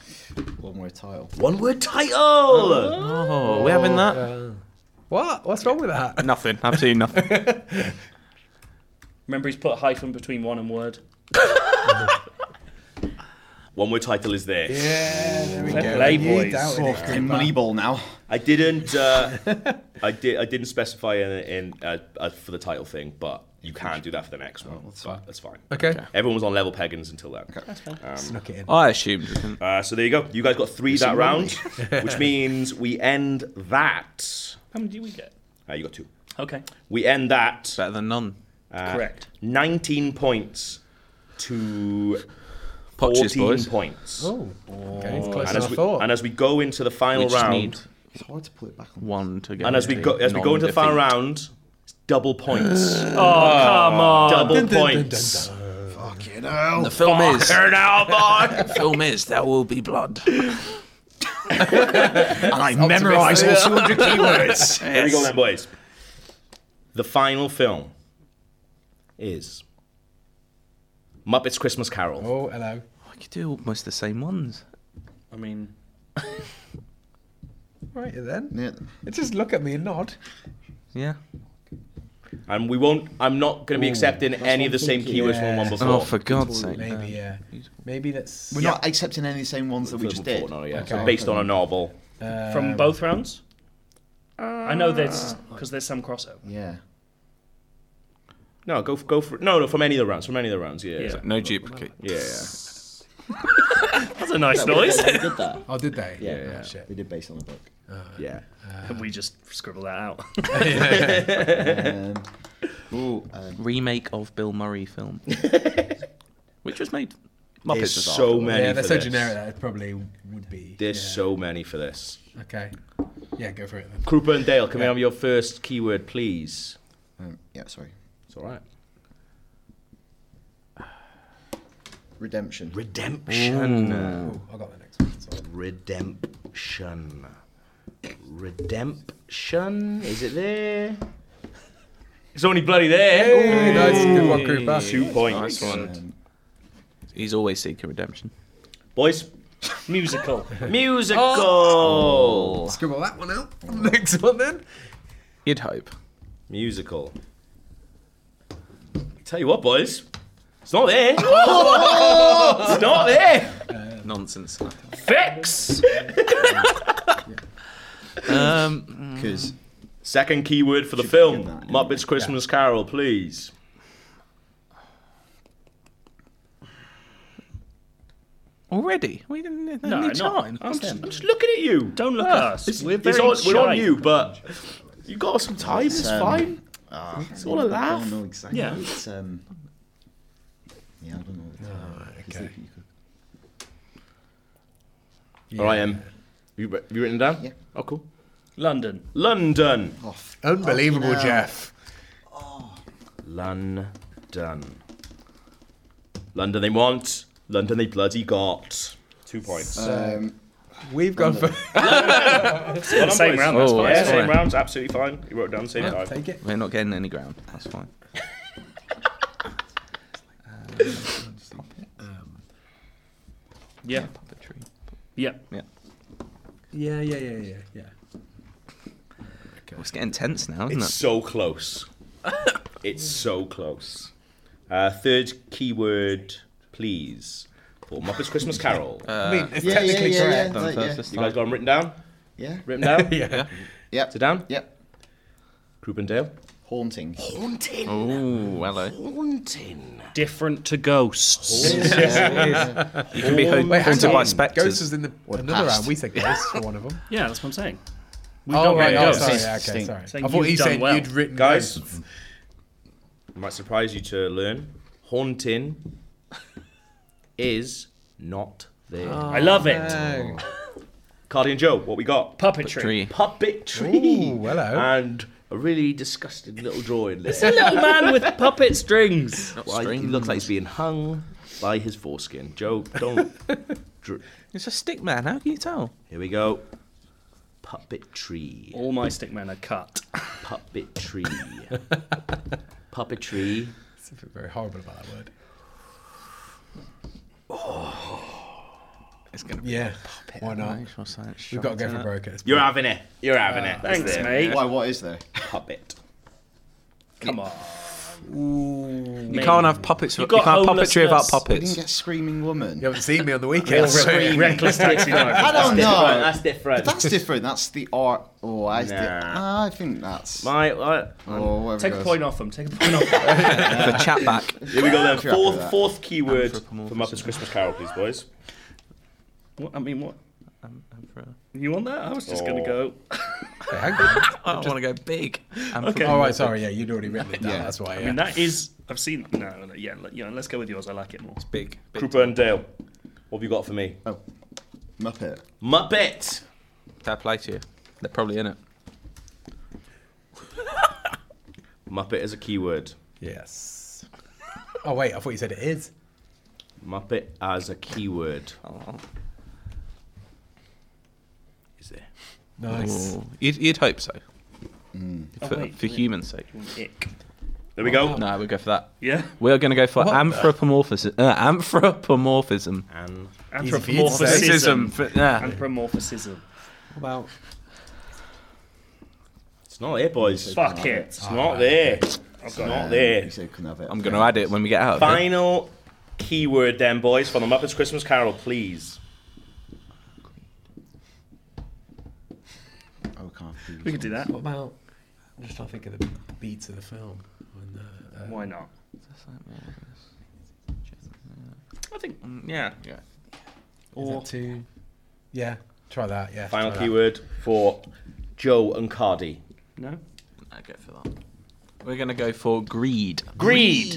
Speaker 3: One more title.
Speaker 2: One word title.
Speaker 4: Oh, we're having that?
Speaker 6: What? What's wrong with that?
Speaker 4: Nothing. Absolutely nothing.
Speaker 5: Remember, he's put a hyphen between one and word.
Speaker 2: One word title is there.
Speaker 6: Yeah, there we go.
Speaker 5: play,
Speaker 6: You
Speaker 5: boys.
Speaker 6: doubted it.
Speaker 3: In Moneyball now.
Speaker 2: I didn't. Uh, I did. I didn't specify in, in uh, uh, for the title thing, but you can do that for the next one. that's fine. That's fine.
Speaker 6: Okay.
Speaker 2: Everyone was on level peggings until then.
Speaker 6: Snuck it in.
Speaker 4: I assumed we couldn't.
Speaker 2: Uh, so there you go. You guys got three that round, which means we end that.
Speaker 5: How many do we get?
Speaker 2: Uh, you got two.
Speaker 5: Okay.
Speaker 2: We end that.
Speaker 4: Better than none.
Speaker 5: Correct.
Speaker 2: 19 points to
Speaker 4: Potches,
Speaker 2: 14
Speaker 4: boys.
Speaker 2: points.
Speaker 6: Oh, okay, it's Oh, closer
Speaker 2: and,
Speaker 6: than I
Speaker 2: as we,
Speaker 6: thought.
Speaker 2: and as we go into the final
Speaker 4: We just
Speaker 2: round,
Speaker 4: need
Speaker 3: It's hard to put it back on.
Speaker 4: one to get.
Speaker 2: and as we go as we go into the final round, it's double points. oh, come on. Double points.
Speaker 3: Fucking hell.
Speaker 4: The film is.
Speaker 2: Turn out, boy.
Speaker 4: The film is. There will be blood.
Speaker 3: And I memorise all 200 keywords.
Speaker 2: Here we go then, boys. The final film is Muppets Christmas Carol.
Speaker 6: Oh, hello.
Speaker 4: I could do almost the same ones.
Speaker 5: I mean,
Speaker 6: Right then.
Speaker 3: Yeah.
Speaker 6: Just look at me and nod.
Speaker 4: Yeah.
Speaker 2: And we won't I'm not going to be accepting any of the same keywords from the one
Speaker 6: Yeah.
Speaker 2: before.
Speaker 4: Oh, for God's sake.
Speaker 6: Maybe, yeah. Maybe let's.
Speaker 3: We're not accepting any of the same ones that we just did.
Speaker 2: Before, no, yeah.
Speaker 6: Okay.
Speaker 2: Based on a novel.
Speaker 5: from both rounds? I know there's because there's some crossover.
Speaker 3: Yeah.
Speaker 2: No, go for, go for no no from any of the rounds from any of the rounds. Yeah, yeah.
Speaker 5: Yeah.
Speaker 4: No duplicate.
Speaker 2: yeah.
Speaker 5: That's a nice noise.
Speaker 3: did that.
Speaker 6: Oh, did they? Yeah.
Speaker 3: yeah.
Speaker 6: Oh, shit.
Speaker 3: They did based on a book.
Speaker 2: yeah.
Speaker 5: Can we just scribble that out?
Speaker 3: Um, ooh, um,
Speaker 4: Remake of Bill Murray film. Which was made. Muppets
Speaker 2: There's
Speaker 4: was
Speaker 2: so
Speaker 4: after.
Speaker 2: many.
Speaker 6: Yeah, they're
Speaker 2: for
Speaker 6: so
Speaker 2: this.
Speaker 6: generic that it probably would be.
Speaker 2: There's
Speaker 6: yeah.
Speaker 2: so many for this.
Speaker 6: Okay. Yeah, go for it then.
Speaker 2: Krupa and Dale, can we have your first keyword, please?
Speaker 3: um, yeah, sorry.
Speaker 2: It's all right.
Speaker 3: Redemption.
Speaker 2: Redemption.
Speaker 6: I got the next one. Sorry.
Speaker 2: Redemption. Redemption. Is it there? It's only bloody there.
Speaker 6: Hey, nice. Good one, Krupa.
Speaker 2: Two points,
Speaker 4: Nice one. He's always seeking redemption.
Speaker 2: boys.
Speaker 5: Musical.
Speaker 3: Oh.
Speaker 2: Musical.
Speaker 6: Scribble that one out. Next one then.
Speaker 4: You'd hope.
Speaker 2: Musical. Tell you what, boys. It's not there.
Speaker 3: Oh.
Speaker 2: it's not there.
Speaker 4: Nonsense.
Speaker 2: Fix.
Speaker 4: Um,
Speaker 3: Because
Speaker 2: Second keyword for the film
Speaker 3: that, yeah.
Speaker 2: Muppets Christmas Carol, please.
Speaker 4: Already? We didn't have
Speaker 5: No,
Speaker 4: any
Speaker 5: not-
Speaker 4: time.
Speaker 5: I'm just-
Speaker 4: Goddamn.
Speaker 2: Just looking at you.
Speaker 5: Don't look
Speaker 4: Ah,
Speaker 5: at us.
Speaker 2: It's,
Speaker 5: we're
Speaker 2: it's
Speaker 5: very
Speaker 2: on, we're on
Speaker 5: shy.
Speaker 2: you, but you got some time. It's,
Speaker 3: um,
Speaker 2: fine. it's all a
Speaker 3: I
Speaker 2: laugh.
Speaker 3: don't know exactly.
Speaker 5: Yeah.
Speaker 3: It's, um, yeah, I don't know. It's, uh, is
Speaker 6: okay.
Speaker 3: it- you could-
Speaker 2: All right, um, you, have you written it down?
Speaker 3: Yeah.
Speaker 2: Oh, cool.
Speaker 5: London.
Speaker 2: London.
Speaker 6: Unbelievable,
Speaker 3: Fucking hell.
Speaker 6: Jeff.
Speaker 2: London. London they want. London they bloody got. Two points.
Speaker 6: Uh,
Speaker 3: Um,
Speaker 4: We've gone for.
Speaker 2: Well,
Speaker 5: Same
Speaker 2: boys.
Speaker 5: round, that's
Speaker 4: Oh,
Speaker 5: fine.
Speaker 4: that's
Speaker 2: Yeah, same
Speaker 4: fine.
Speaker 2: round's absolutely fine. You wrote it down same
Speaker 6: Yeah,
Speaker 2: time.
Speaker 6: take it.
Speaker 4: We're not getting any ground. That's fine.
Speaker 5: Yeah.
Speaker 4: Puppetry.
Speaker 5: Yeah.
Speaker 6: Yeah, yeah, yeah, yeah, yeah.
Speaker 4: It's getting tense now, isn't
Speaker 2: It's
Speaker 4: it?
Speaker 2: so close. it's so close. Uh, third keyword, please. For Muppets Christmas Carol.
Speaker 4: Uh,
Speaker 6: I mean, it's
Speaker 3: yeah, yeah, yeah,
Speaker 6: technically
Speaker 3: yeah,
Speaker 4: done
Speaker 6: correct.
Speaker 3: that-
Speaker 4: first
Speaker 3: yeah,
Speaker 4: this
Speaker 2: you guys
Speaker 4: time.
Speaker 2: got them written down?
Speaker 3: yeah,
Speaker 2: Written down?
Speaker 6: Yeah.
Speaker 3: yep,
Speaker 2: Sit down?
Speaker 3: yep.
Speaker 2: Croupendale?
Speaker 3: Haunting.
Speaker 10: Haunting.
Speaker 4: Oh, hello.
Speaker 10: Haunting.
Speaker 5: Different to ghosts.
Speaker 4: You can be ho-
Speaker 6: Wait, hang
Speaker 4: haunted by
Speaker 6: on. Ghost
Speaker 4: spectres.
Speaker 6: was in the
Speaker 3: Or
Speaker 6: another
Speaker 3: past.
Speaker 6: round. We said ghost for one of them.
Speaker 5: yeah, that's what I'm saying. We've
Speaker 6: Oh,
Speaker 5: not
Speaker 6: right.
Speaker 5: read
Speaker 6: Oh,
Speaker 5: ghosts.
Speaker 6: sorry.
Speaker 3: It's
Speaker 6: yeah, Okay,
Speaker 3: distinct.
Speaker 6: sorry.
Speaker 5: Saying
Speaker 6: I thought
Speaker 5: you've
Speaker 6: he
Speaker 5: done
Speaker 6: said
Speaker 5: well.
Speaker 6: you'd written
Speaker 2: Guys,
Speaker 6: ghosts.
Speaker 2: it might surprise you to learn haunting is not there.
Speaker 5: I love it.
Speaker 2: Cardi and Joe, what we got?
Speaker 5: Puppetry.
Speaker 4: Tree.
Speaker 2: Puppetry.
Speaker 6: Ooh,
Speaker 5: oh.
Speaker 6: hello.
Speaker 2: And a really disgusting little drawing there.
Speaker 5: It's a little man with puppet strings.
Speaker 2: Why he looks like he's being hung by his foreskin. Joe, don't. dr-
Speaker 4: It's a stick man. How can you tell?
Speaker 2: Here we go. Puppetry.
Speaker 5: All my stick men are cut.
Speaker 2: Puppetry. Puppetry.
Speaker 6: Something very horrible about that word.
Speaker 4: It's going to
Speaker 6: Yeah. Why not? We've got to go for broker. It's
Speaker 2: You're having it. You're having it.
Speaker 5: Thanks, mate.
Speaker 3: Why? What is there?
Speaker 2: Puppet.
Speaker 5: Come on.
Speaker 4: You can't have puppets. You,
Speaker 5: got
Speaker 4: can't have puppetry without
Speaker 5: homelessness.
Speaker 3: We didn't
Speaker 4: puppets.
Speaker 3: get screaming woman.
Speaker 6: You haven't seen me on the weekend.
Speaker 5: Re- Reckless taxi driver.
Speaker 3: I don't know.
Speaker 2: That's different.
Speaker 3: That's different. That's the art. Oh, I, thi-
Speaker 2: Nah.
Speaker 3: I think that's.
Speaker 2: My, uh,
Speaker 3: oh, whatever
Speaker 5: Take
Speaker 3: it
Speaker 5: a
Speaker 3: is.
Speaker 5: point off them. Take a point off them.
Speaker 4: For chat back.
Speaker 2: here we go then.
Speaker 3: Crap with
Speaker 2: Fourth,
Speaker 3: that.
Speaker 2: fourth keyword for
Speaker 4: Anthropomorphism.
Speaker 2: Muppets Christmas Carol, please, boys.
Speaker 5: What- I mean, what?
Speaker 4: Um, um, for,
Speaker 5: You want that? I was just going
Speaker 2: Oh.
Speaker 5: to go.
Speaker 6: Hey, hang on.
Speaker 4: I want to go big. Um,
Speaker 5: Okay.
Speaker 6: Oh, right, sorry. Yeah, you'd already written it down.
Speaker 3: Yeah.
Speaker 6: That's why. Yeah.
Speaker 5: I mean, that is. I've seen. No, no, yeah, let- yeah, let's go with yours. I like it more.
Speaker 4: Big. big.
Speaker 2: Cooper and Dale, what have you got for me?
Speaker 3: Oh, Muppet.
Speaker 2: Muppet.
Speaker 4: Fair play to you. They're probably in it.
Speaker 2: Muppet is a keyword.
Speaker 6: Yes. Oh wait, I thought you said it is.
Speaker 2: Muppet as a keyword.
Speaker 4: Oh,
Speaker 2: Is there?
Speaker 6: Nice.
Speaker 4: oh. You'd, you'd hope so. For,
Speaker 5: Oh, wait,
Speaker 4: for
Speaker 5: wait.
Speaker 4: human sake.
Speaker 5: Ick.
Speaker 2: There we go.
Speaker 4: Oh, No, we'll Mm. go for that.
Speaker 5: Yeah.
Speaker 4: We're going to go for
Speaker 6: What the-
Speaker 4: anthropomorphism. Uh, anthropomorphism.
Speaker 2: And
Speaker 4: Racism.
Speaker 5: Anthropomorphism.
Speaker 4: For, uh, yeah.
Speaker 5: Anthropomorphism.
Speaker 6: About
Speaker 2: it's not there, boys.
Speaker 5: Fuck it.
Speaker 2: It's not there. It's not there.
Speaker 3: Um, You said couldn't have it.
Speaker 4: I'm going to add it when we get out. of here.
Speaker 2: Final keyword then, boys, for the Muppets Christmas Carol, please.
Speaker 3: Oh, can't be.
Speaker 5: We could do that.
Speaker 6: what about? I'm just trying to think of the beats of the film. When, uh, uh,
Speaker 5: Why not? I think.
Speaker 4: Mm, Yeah. Yeah.
Speaker 6: is
Speaker 5: Or
Speaker 6: that two? Yeah, try that. Yeah.
Speaker 2: Final
Speaker 6: try that.
Speaker 2: keyword for Joe and Cardi.
Speaker 5: no.
Speaker 4: I go for that. We're going to go for greed.
Speaker 2: Greed.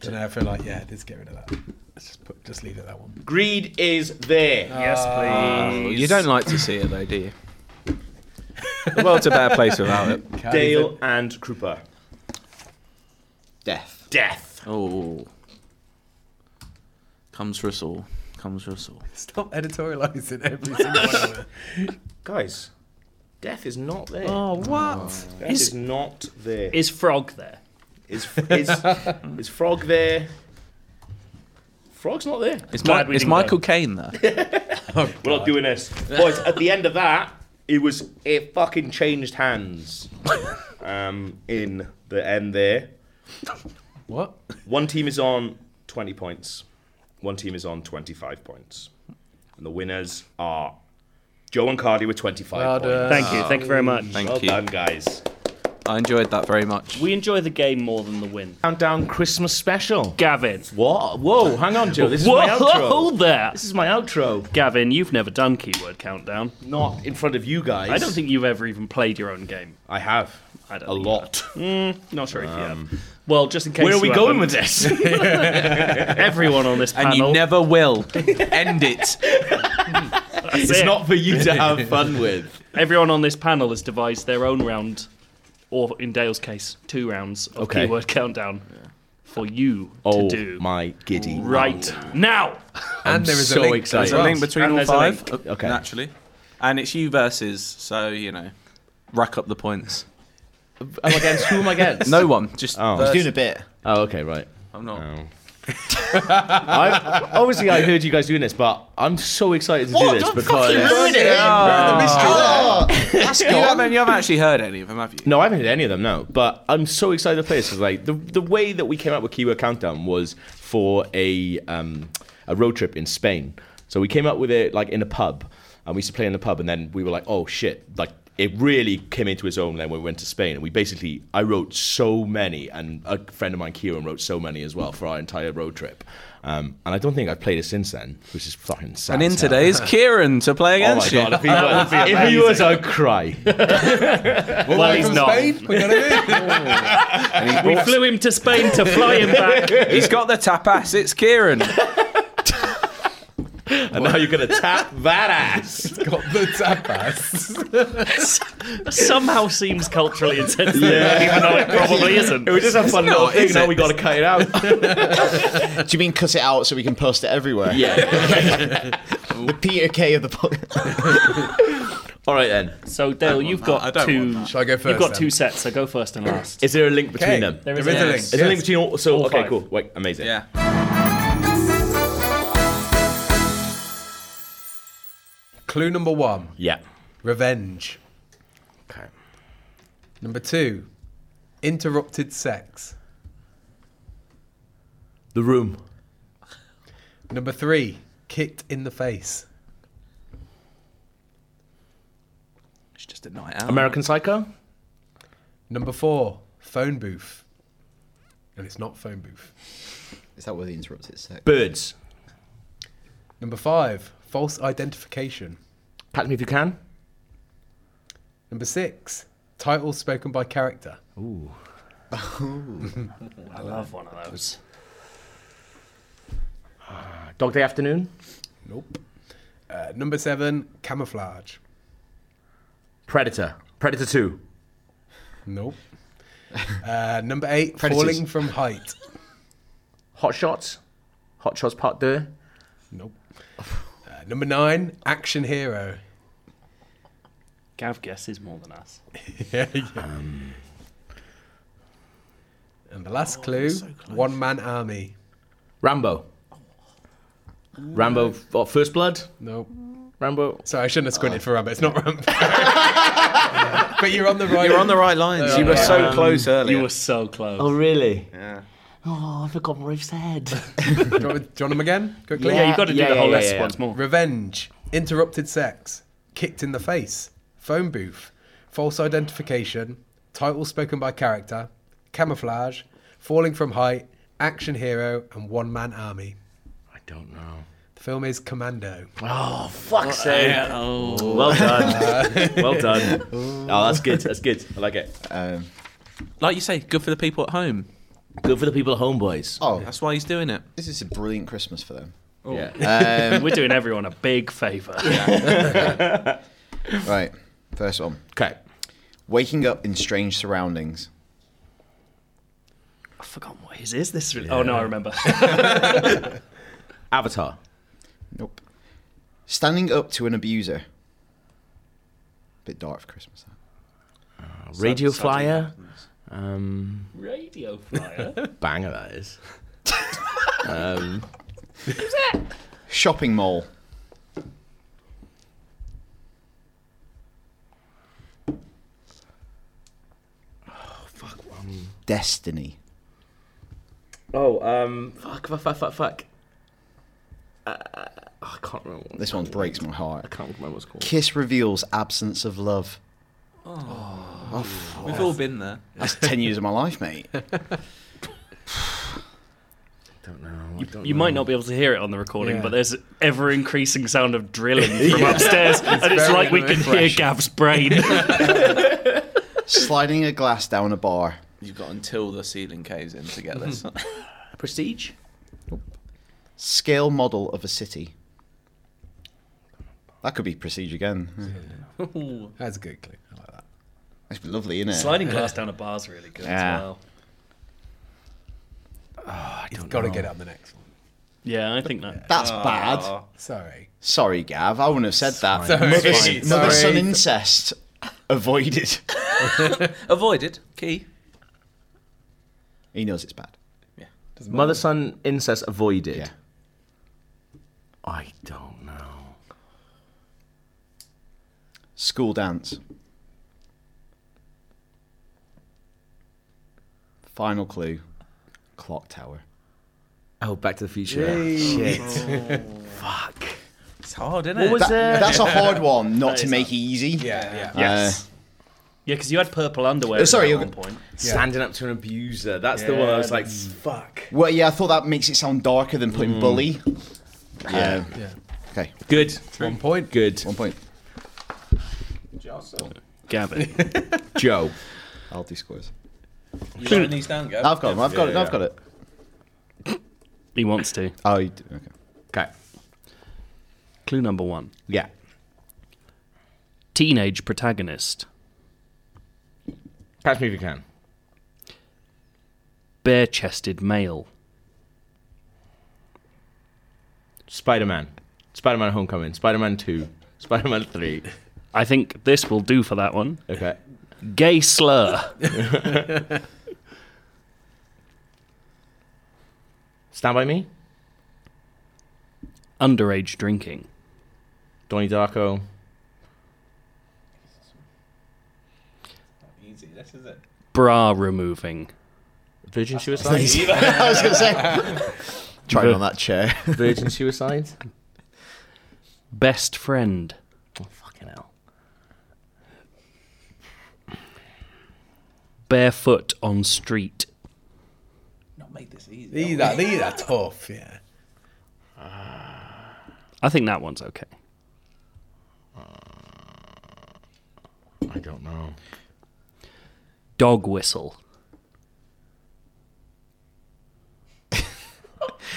Speaker 6: I don't know. I feel like yeah, let's get rid of that. Let's just put, just leave it that one.
Speaker 2: Greed is there.
Speaker 5: Yes,
Speaker 6: Ah.
Speaker 5: please.
Speaker 4: You don't like to see it though, do you? the world's a better place without it.
Speaker 2: Dale and Krupa.
Speaker 3: Death.
Speaker 2: Death.
Speaker 4: Oh. Comes for us all. Comes for us all.
Speaker 6: Stop editorializing every single one of it.
Speaker 2: Guys, death is not there.
Speaker 6: Oh, what?
Speaker 2: Death is,
Speaker 5: Is-
Speaker 2: not there.
Speaker 5: Is frog there?
Speaker 2: Is, is, is Frog there? Frog's not there.
Speaker 4: It's,
Speaker 5: Glad
Speaker 4: Mi-
Speaker 5: we
Speaker 4: it's
Speaker 5: didn't go.
Speaker 4: Michael Caine there.
Speaker 2: We're not doing this. Boys, at the end of that, it was it fucking changed hands. Um in the end there.
Speaker 6: What?
Speaker 2: One team is on twenty points. One team is on twenty-five points. And the winners are Joe and Cardi with twenty-five
Speaker 6: Well
Speaker 2: points.
Speaker 6: done.
Speaker 5: Thank you. Thank you very much.
Speaker 4: Thank
Speaker 2: well
Speaker 4: you.
Speaker 2: done, guys.
Speaker 4: I enjoyed that very much.
Speaker 5: We enjoy the game more than the win.
Speaker 2: Countdown Christmas special.
Speaker 5: Gavin.
Speaker 2: What? Whoa, hang on, Joe. This is
Speaker 5: Whoa,
Speaker 2: my outro.
Speaker 5: there.
Speaker 2: This is my outro.
Speaker 5: Gavin, you've never done keyword countdown.
Speaker 2: Not in front of you guys.
Speaker 5: I don't think you've ever even played your own game.
Speaker 2: I have.
Speaker 5: I don't
Speaker 2: A
Speaker 5: think
Speaker 2: lot.
Speaker 5: Not sure if you have. Well, just in case.
Speaker 2: Um, Where are we
Speaker 5: you
Speaker 2: going
Speaker 5: haven't,
Speaker 2: with this?
Speaker 5: everyone on this
Speaker 4: And
Speaker 5: panel?
Speaker 4: you never will. End it.
Speaker 5: That's
Speaker 2: it's
Speaker 5: it.
Speaker 2: not for you to have fun with.
Speaker 5: Everyone on this panel has devised their own round, or in Dale's case, two rounds of
Speaker 2: Okay.
Speaker 5: keyword countdown for you
Speaker 2: Oh
Speaker 5: to do
Speaker 2: my giddy.
Speaker 5: right now.
Speaker 4: and there
Speaker 2: so excited.
Speaker 4: There's a link between
Speaker 5: And
Speaker 4: all
Speaker 5: there's a
Speaker 4: five,
Speaker 2: link.
Speaker 4: uh,
Speaker 2: Okay.
Speaker 4: naturally. And it's you versus, so, you know, rack up the points.
Speaker 2: I'm against who am I against?
Speaker 4: No one, just.
Speaker 2: Oh.
Speaker 4: verse-
Speaker 3: He's doing a bit.
Speaker 2: Oh, okay, right.
Speaker 4: I'm not.
Speaker 2: I, obviously, I heard you guys doing this, but I'm so excited to do this because
Speaker 4: you, haven't, you haven't actually heard any of them, have you?
Speaker 2: no, I haven't heard any of them now. But I'm so excited to play this because like the the way that we came up with keyword countdown was for a um, a road trip in Spain. So we came up with it like in a pub, and we used to play in the pub, and then we were like, oh shit, like. It really came into its own then when we went to Spain. And we basically, I wrote so many, and a friend of mine, Kieran, wrote so many as well for our entire road trip. Um, and I don't think I've played it since then, which is fucking sad.
Speaker 4: And in
Speaker 2: as hell.
Speaker 4: today is Kieran to play
Speaker 2: Oh my
Speaker 4: against
Speaker 2: god,
Speaker 4: you.
Speaker 2: if he was, if he was I'd cry.
Speaker 5: Well, he's not. We flew him to Spain to fly him back.
Speaker 4: He's got the tapas. It's Kieran.
Speaker 2: And now you're gonna tap that ass.
Speaker 6: Got the tapas.
Speaker 5: Somehow seems culturally insensitive, even though it probably isn't.
Speaker 2: It was just a fun little thing.
Speaker 4: is
Speaker 2: Now
Speaker 4: it?
Speaker 2: we gotta cut it out.
Speaker 3: Do you mean cut it out so we can post it everywhere?
Speaker 2: yeah.
Speaker 3: The Peter K of the podcast.
Speaker 2: All right then.
Speaker 5: So Dale, you've
Speaker 4: I
Speaker 5: got
Speaker 4: don't
Speaker 5: two.
Speaker 4: want
Speaker 6: Shall I go first?
Speaker 5: You've got
Speaker 6: then?
Speaker 5: two sets, so go first and last.
Speaker 2: Is there a link between
Speaker 6: Okay.
Speaker 2: them?
Speaker 5: There
Speaker 6: There
Speaker 5: is
Speaker 6: is,
Speaker 5: a
Speaker 6: a
Speaker 5: link.
Speaker 6: link.
Speaker 2: Is there a link between all? So
Speaker 5: All
Speaker 2: okay,
Speaker 5: five.
Speaker 2: cool. Wait, amazing.
Speaker 4: Yeah.
Speaker 6: Clue number one:
Speaker 2: Yeah.
Speaker 6: revenge.
Speaker 4: Okay.
Speaker 6: Number two: interrupted sex.
Speaker 2: The room.
Speaker 6: Number three: kicked in the face.
Speaker 4: It's just a night out.
Speaker 2: American Psycho.
Speaker 6: Number four: phone booth. And it's not phone booth.
Speaker 3: Is that where the interrupted sex?
Speaker 2: Birds.
Speaker 6: Number five: false identification.
Speaker 2: Catch me if you can.
Speaker 6: Number six: title spoken by character.
Speaker 5: I love one of those.
Speaker 2: Dog Day Afternoon.
Speaker 6: Nope. Uh, number seven: camouflage.
Speaker 2: Predator. Predator Two.
Speaker 6: Nope. Uh, number eight:
Speaker 3: Predators.
Speaker 6: falling from height.
Speaker 2: Hot Shots. Hot Shots Part Deux.
Speaker 6: Nope. Uh, number nine, action hero.
Speaker 5: Gav guesses more than us.
Speaker 6: And the last clue, one man army.
Speaker 2: Rambo. Rambo. What, First Blood.
Speaker 6: Nope.
Speaker 2: Rambo.
Speaker 6: Sorry, I shouldn't have
Speaker 2: Ah.
Speaker 6: squinted for rabbit. It's not rabbit. but you're on the right.
Speaker 4: You're on the right lines. you were
Speaker 2: Um,
Speaker 4: so close earlier.
Speaker 5: You were so close.
Speaker 2: really?
Speaker 10: Oh, I forgot what I've said.
Speaker 6: Do you, want, do you want them again? Quickly.
Speaker 5: Uh, yeah, you've got to do
Speaker 2: Yeah,
Speaker 5: the
Speaker 2: yeah,
Speaker 5: whole
Speaker 2: yeah,
Speaker 5: list
Speaker 2: yeah.
Speaker 5: once more.
Speaker 6: Revenge, interrupted sex, kicked in the face, phone booth, false identification, title spoken by character, camouflage, falling from height, action hero, and one man army.
Speaker 2: I don't know.
Speaker 6: The film is Commando.
Speaker 2: Fuck's sake. Well done. well done. Oh, that's good. That's good. I like it.
Speaker 3: Um,
Speaker 4: Like you say, good for the people at home.
Speaker 2: Good for the people at home, boys.
Speaker 3: Oh,
Speaker 4: That's why he's doing it.
Speaker 3: this is a brilliant Christmas for them.
Speaker 2: Yeah.
Speaker 3: Um,
Speaker 5: We're doing everyone a big favour.
Speaker 3: right, first one.
Speaker 2: Okay.
Speaker 3: Waking up in strange surroundings.
Speaker 5: I've forgotten what his is. This. Oh no, I remember.
Speaker 2: Avatar.
Speaker 3: Nope. Standing up to an abuser. Bit dark for Christmas. That.
Speaker 2: Radio Flyer. Um,
Speaker 5: Radio flyer.
Speaker 2: banger that is.
Speaker 3: Shopping mall. Destiny.
Speaker 2: Oh, um, fuck, fuck, fuck, fuck, fuck. Uh, I can't remember. What
Speaker 3: This one breaks my
Speaker 2: I
Speaker 3: heart.
Speaker 2: can't remember what's called.
Speaker 3: Kiss reveals absence of love. Oh, Oh, f-
Speaker 4: We've all been there.
Speaker 3: That's ten years of my life, mate.
Speaker 2: don't know.
Speaker 5: You, you might not be able to hear it on the recording,
Speaker 6: Yeah.
Speaker 5: but there's ever increasing sound of drilling from upstairs, and it's
Speaker 6: very
Speaker 5: like we can hear Gav's brain.
Speaker 3: Sliding a glass down a bar.
Speaker 4: You've got until the ceiling caves in to get this.
Speaker 10: Prestige?
Speaker 3: Scale model of a city. That could be prestige again.
Speaker 6: That's a good clue. I like that.
Speaker 3: That's lovely, isn't it?
Speaker 5: Sliding glass down a bar's really good
Speaker 3: Yeah.
Speaker 5: as well.
Speaker 6: You've got to get it on the next one.
Speaker 5: Yeah, I think that.
Speaker 3: That's bad.
Speaker 6: Sorry.
Speaker 3: Sorry, Gav. I wouldn't have said that.
Speaker 6: Sorry.
Speaker 3: Mother,
Speaker 6: Sorry.
Speaker 3: mother son
Speaker 6: Sorry.
Speaker 3: incest avoided.
Speaker 4: Avoided. Key.
Speaker 3: He knows it's bad.
Speaker 2: Mother son incest avoided.
Speaker 3: Yeah.
Speaker 2: I don't know.
Speaker 3: School dance. Final clue. Clock tower.
Speaker 2: Oh, Back to the Future.
Speaker 4: It's hard, isn't
Speaker 2: What
Speaker 4: it?
Speaker 2: was
Speaker 3: That-
Speaker 2: uh,
Speaker 3: that's a hard one not to
Speaker 5: is
Speaker 3: make easy. Uh,
Speaker 6: Yeah, yeah.
Speaker 5: Yes. yeah, because you had purple
Speaker 3: sorry,
Speaker 5: underwear. Oh, Sorry, at
Speaker 3: you-
Speaker 5: one point.
Speaker 2: standing up to an abuser? That's the one I was like, fuck.
Speaker 3: Well, yeah, I thought that makes it sound darker than putting bully. Yeah.
Speaker 6: Yeah.
Speaker 3: Okay,
Speaker 2: Good.
Speaker 6: One point.
Speaker 2: Good.
Speaker 3: one point.
Speaker 5: Gavin.
Speaker 2: Joe.
Speaker 3: I'll do scores.
Speaker 7: You writing these down, Gav?
Speaker 3: I've got them. I've got it. I've got it.
Speaker 5: He wants to.
Speaker 3: Oh, you do. okay.
Speaker 2: Okay.
Speaker 5: Clue number one
Speaker 2: Yeah.
Speaker 5: teenage protagonist,
Speaker 2: Catch me if you can.
Speaker 5: bare chested male,
Speaker 2: Spider Man. Spider Man Homecoming. Spider Man 2. Spider Man 3.
Speaker 5: I think this will do for that one.
Speaker 2: Okay.
Speaker 5: Gay slur.
Speaker 2: Stand By Me.
Speaker 5: Underage drinking.
Speaker 2: Donnie Darko.
Speaker 7: Easy, this is it.
Speaker 5: Bra removing.
Speaker 2: Virgin Suicide.
Speaker 3: I was gonna say. Trying on that chair.
Speaker 2: Virgin Suicide.
Speaker 5: Best friend.
Speaker 2: Oh, fucking hell.
Speaker 5: Barefoot on street.
Speaker 7: Not made this easy.
Speaker 6: These are, these are tough, yeah.
Speaker 5: I think that one's okay.
Speaker 2: I don't know.
Speaker 5: Dog whistle.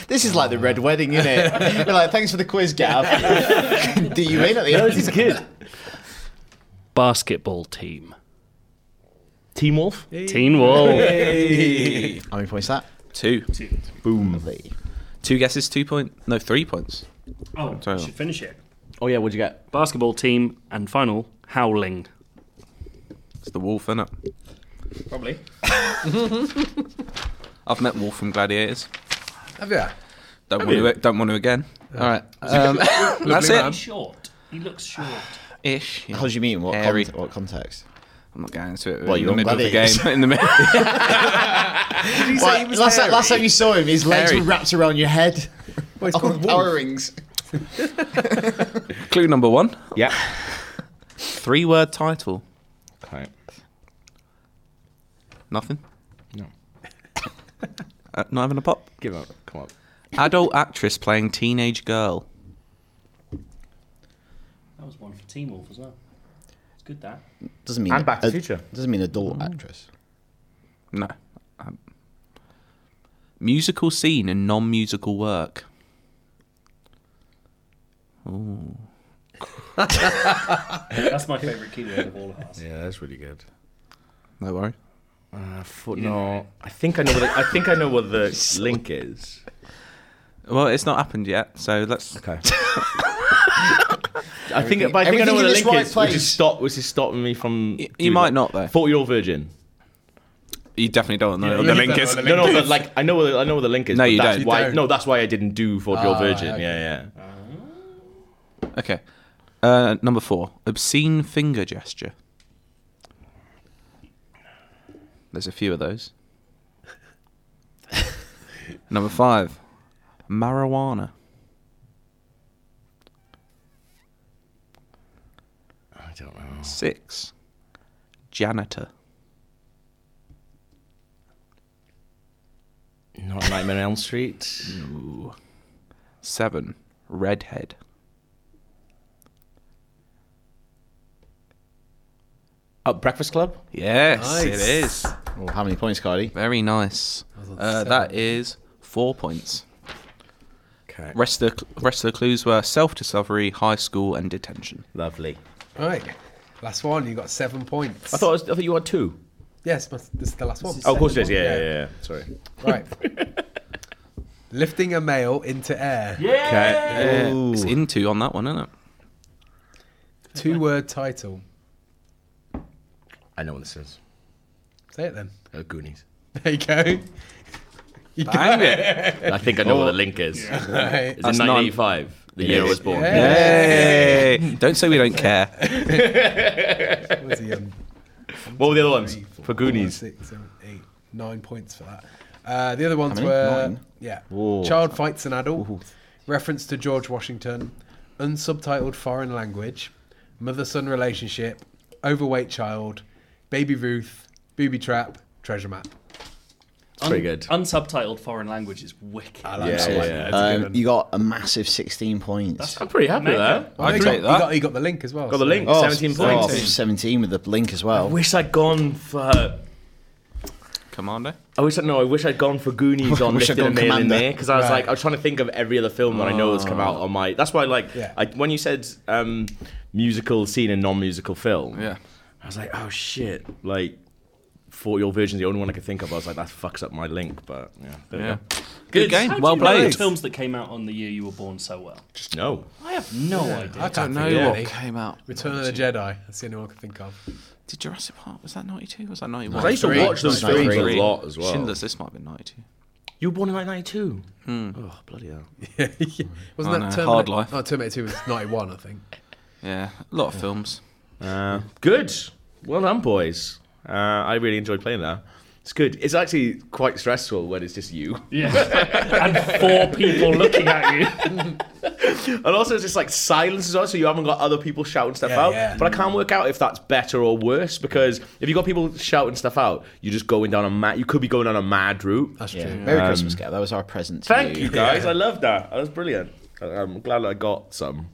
Speaker 3: This is like the red wedding, isn't it? We're like, thanks for the quiz, Gav. do you mean at the end?
Speaker 2: good.
Speaker 5: Basketball team.
Speaker 2: Team Wolf.
Speaker 5: Teen Wolf.
Speaker 3: How many points is that?
Speaker 4: Two.
Speaker 3: Boom.
Speaker 4: Two guesses, two point. No, three points.
Speaker 5: oh,
Speaker 4: I should
Speaker 5: finish it.
Speaker 2: Oh yeah, what'd you get?
Speaker 5: Basketball team and final howling.
Speaker 4: It's the wolf, innit?
Speaker 7: Probably.
Speaker 4: I've met Wolf from Gladiators.
Speaker 6: Have you?
Speaker 4: Don't want to. Don't want to again. All right. Um, that's
Speaker 6: man.
Speaker 4: it.
Speaker 5: Short. He looks short.
Speaker 4: Ish. yeah.
Speaker 3: How do you mean? What,
Speaker 4: Hairy.
Speaker 3: con- what context?
Speaker 4: I'm not going into it.
Speaker 3: Well,
Speaker 4: in
Speaker 3: you're
Speaker 4: the middle of the
Speaker 3: Gladiators.
Speaker 4: game. In the middle.
Speaker 3: Well, last, time- last time you saw him, his legs
Speaker 4: Hairy.
Speaker 3: were wrapped around your head.
Speaker 6: Well, it's
Speaker 3: Oh,
Speaker 6: called
Speaker 3: power
Speaker 6: Wolf.
Speaker 3: rings.
Speaker 4: Clue number one.
Speaker 2: Yeah.
Speaker 4: Three word title.
Speaker 2: Okay.
Speaker 4: Nothing.
Speaker 2: No.
Speaker 4: Uh, not having a pop.
Speaker 2: Give up. Come up.
Speaker 4: Adult actress playing teenage girl.
Speaker 5: That was one for Teen Wolf as well. It's good that.
Speaker 3: Doesn't mean
Speaker 2: And Back to
Speaker 3: ad-
Speaker 2: Future.
Speaker 3: Doesn't mean adult actress.
Speaker 4: No. Um, musical scene and non-musical work.
Speaker 5: That's my favourite keyword of all of us.
Speaker 2: Yeah, that's really good.
Speaker 4: No worry.
Speaker 2: Uh, footnote. I think I know. What the, I think I know what the link is.
Speaker 4: Well, it's not happened yet, so let's.
Speaker 2: Okay. I think, but I think I
Speaker 3: everything
Speaker 2: know what
Speaker 3: in
Speaker 2: the link
Speaker 3: its right
Speaker 2: is. Which
Speaker 3: place.
Speaker 2: is stop. Which is stopping me from.
Speaker 4: Y- you
Speaker 2: doing
Speaker 4: might
Speaker 2: it.
Speaker 4: not, though.
Speaker 2: Forty-year-old virgin.
Speaker 4: You definitely don't know what
Speaker 6: you
Speaker 4: the link
Speaker 6: don't
Speaker 4: is.
Speaker 6: know
Speaker 2: No, no, but like I know, what the- I know what the link is.
Speaker 4: No,
Speaker 2: but
Speaker 4: you
Speaker 2: that's
Speaker 4: don't.
Speaker 2: Why,
Speaker 6: You don't.
Speaker 2: No, that's why I didn't do forty-year-old
Speaker 6: Ah,
Speaker 2: virgin.
Speaker 6: okay.
Speaker 2: Yeah, yeah.
Speaker 4: Okay. Uh, number four, obscene finger gesture. There's a few of those. number five, marijuana.
Speaker 2: I don't know.
Speaker 4: Six, janitor.
Speaker 2: Not Nightmare on Elm Street.
Speaker 4: No. Seven. Redhead.
Speaker 2: Uh, Breakfast Club?
Speaker 4: Yes,
Speaker 2: Nice.
Speaker 4: it is.
Speaker 3: how many points, Cardi?
Speaker 4: Very nice.
Speaker 2: That was on
Speaker 4: Uh,
Speaker 2: seven.
Speaker 4: that is four points.
Speaker 2: Okay.
Speaker 4: Rest of the cl- rest of the clues were self-discovery, high school, and detention.
Speaker 2: Lovely.
Speaker 6: Right. Last one. You got seven points.
Speaker 2: I thought, I, was, I thought you had two.
Speaker 6: Yes, must- this is the last one.
Speaker 2: Oh, of course it is. Yeah, yeah, yeah. yeah. Sorry.
Speaker 6: Right. Lifting a male into air.
Speaker 4: Okay. It's into on that one, isn't it?
Speaker 6: Two word title.
Speaker 2: I know what this is.
Speaker 6: Say it then.
Speaker 2: Uh, Goonies.
Speaker 6: There you go. You
Speaker 4: Bang
Speaker 6: got
Speaker 4: it.
Speaker 2: I think I know what the link is.
Speaker 6: Right.
Speaker 2: It's
Speaker 4: That's
Speaker 2: in
Speaker 4: not-
Speaker 2: 1985, the year I was born.
Speaker 4: Yay! Don't say we don't care.
Speaker 6: Was he, um,
Speaker 2: What were the other ones?
Speaker 6: three, four,
Speaker 2: For Goonies.
Speaker 6: five, six, seven, eight, nine points for that. Uh, the other ones
Speaker 3: many?
Speaker 6: were
Speaker 3: Nine?
Speaker 6: yeah.
Speaker 3: Whoa.
Speaker 6: Child fights an adult. Reference to George Washington. Unsubtitled foreign language. Mother-son relationship. Overweight child. Baby Ruth. Booby trap. Treasure map.
Speaker 2: pretty good.
Speaker 5: Unsubtitled foreign language is wicked.
Speaker 2: Yeah, yeah, yeah.
Speaker 3: Um, you got a massive 16 points.
Speaker 2: I'm pretty happy with that.
Speaker 6: Well, he
Speaker 3: take
Speaker 6: got, he
Speaker 3: that.
Speaker 6: got, he got the link as well.
Speaker 2: Got the
Speaker 6: so-
Speaker 2: link. 17
Speaker 3: oh,
Speaker 2: points.
Speaker 3: 17 with the blink as
Speaker 2: I
Speaker 3: well.
Speaker 2: wish I'd gone for.
Speaker 4: Commander.
Speaker 2: I wish I no. I wish I'd gone for Goonies on
Speaker 3: Wish I'd
Speaker 2: Lifted and
Speaker 3: gone
Speaker 2: Mail in
Speaker 3: Commander.
Speaker 2: there because I was
Speaker 6: Right.
Speaker 2: like I was trying to think of every other film that I know that's come out on my. That's why like
Speaker 6: Yeah.
Speaker 2: I, when you said um, musical scene and non-musical film,
Speaker 4: Yeah.
Speaker 2: I was like oh shit like. 40 old version's the only one I could think of. I was like, that fucks up my link, but yeah, there we
Speaker 4: Yeah.
Speaker 2: go.
Speaker 4: Good
Speaker 5: How
Speaker 4: game.
Speaker 5: do
Speaker 4: Well
Speaker 5: you know
Speaker 4: played.
Speaker 5: the films that came out on the year you were born so well.
Speaker 2: Just no.
Speaker 5: I have no idea.
Speaker 6: I can't
Speaker 4: Don't know
Speaker 6: think of
Speaker 4: what
Speaker 6: any.
Speaker 4: came out.
Speaker 6: Return of the Jedi. That's the only one I can think
Speaker 4: Oh,
Speaker 6: of.
Speaker 4: Did Jurassic Park was that ninety two? Was that ninety
Speaker 2: 'Cause I
Speaker 4: one?
Speaker 2: used to
Speaker 3: Three.
Speaker 2: watch those
Speaker 3: Ninety
Speaker 2: films
Speaker 3: three.
Speaker 2: a lot as well.
Speaker 4: Schindler's List might have been ninety two.
Speaker 2: You were born in 1992. Oh, bloody hell.
Speaker 6: Wasn't
Speaker 4: Oh,
Speaker 6: that
Speaker 4: no,
Speaker 6: Terminator?
Speaker 4: Hard Life.
Speaker 6: Oh, Terminator 2 was 91, I think.
Speaker 4: Yeah, a lot of films.
Speaker 2: Uh, good. Well done, boys. Uh, I really enjoyed playing that. It's good. It's actually quite stressful when it's just you.
Speaker 5: Yeah. and four people looking at you.
Speaker 2: And also, it's just like silence as well, so you haven't got other people shouting stuff
Speaker 6: Yeah,
Speaker 2: out.
Speaker 6: yeah.
Speaker 2: But I can't work out if that's better or worse because if you've got people shouting stuff out, you're just going down a mad. You could be going on a mad route.
Speaker 6: That's
Speaker 3: Yeah. Um,
Speaker 6: true.
Speaker 3: Merry Christmas, Gav. That was our present to
Speaker 2: Thank you guys. I love that. That was brilliant. I- I'm glad I got some.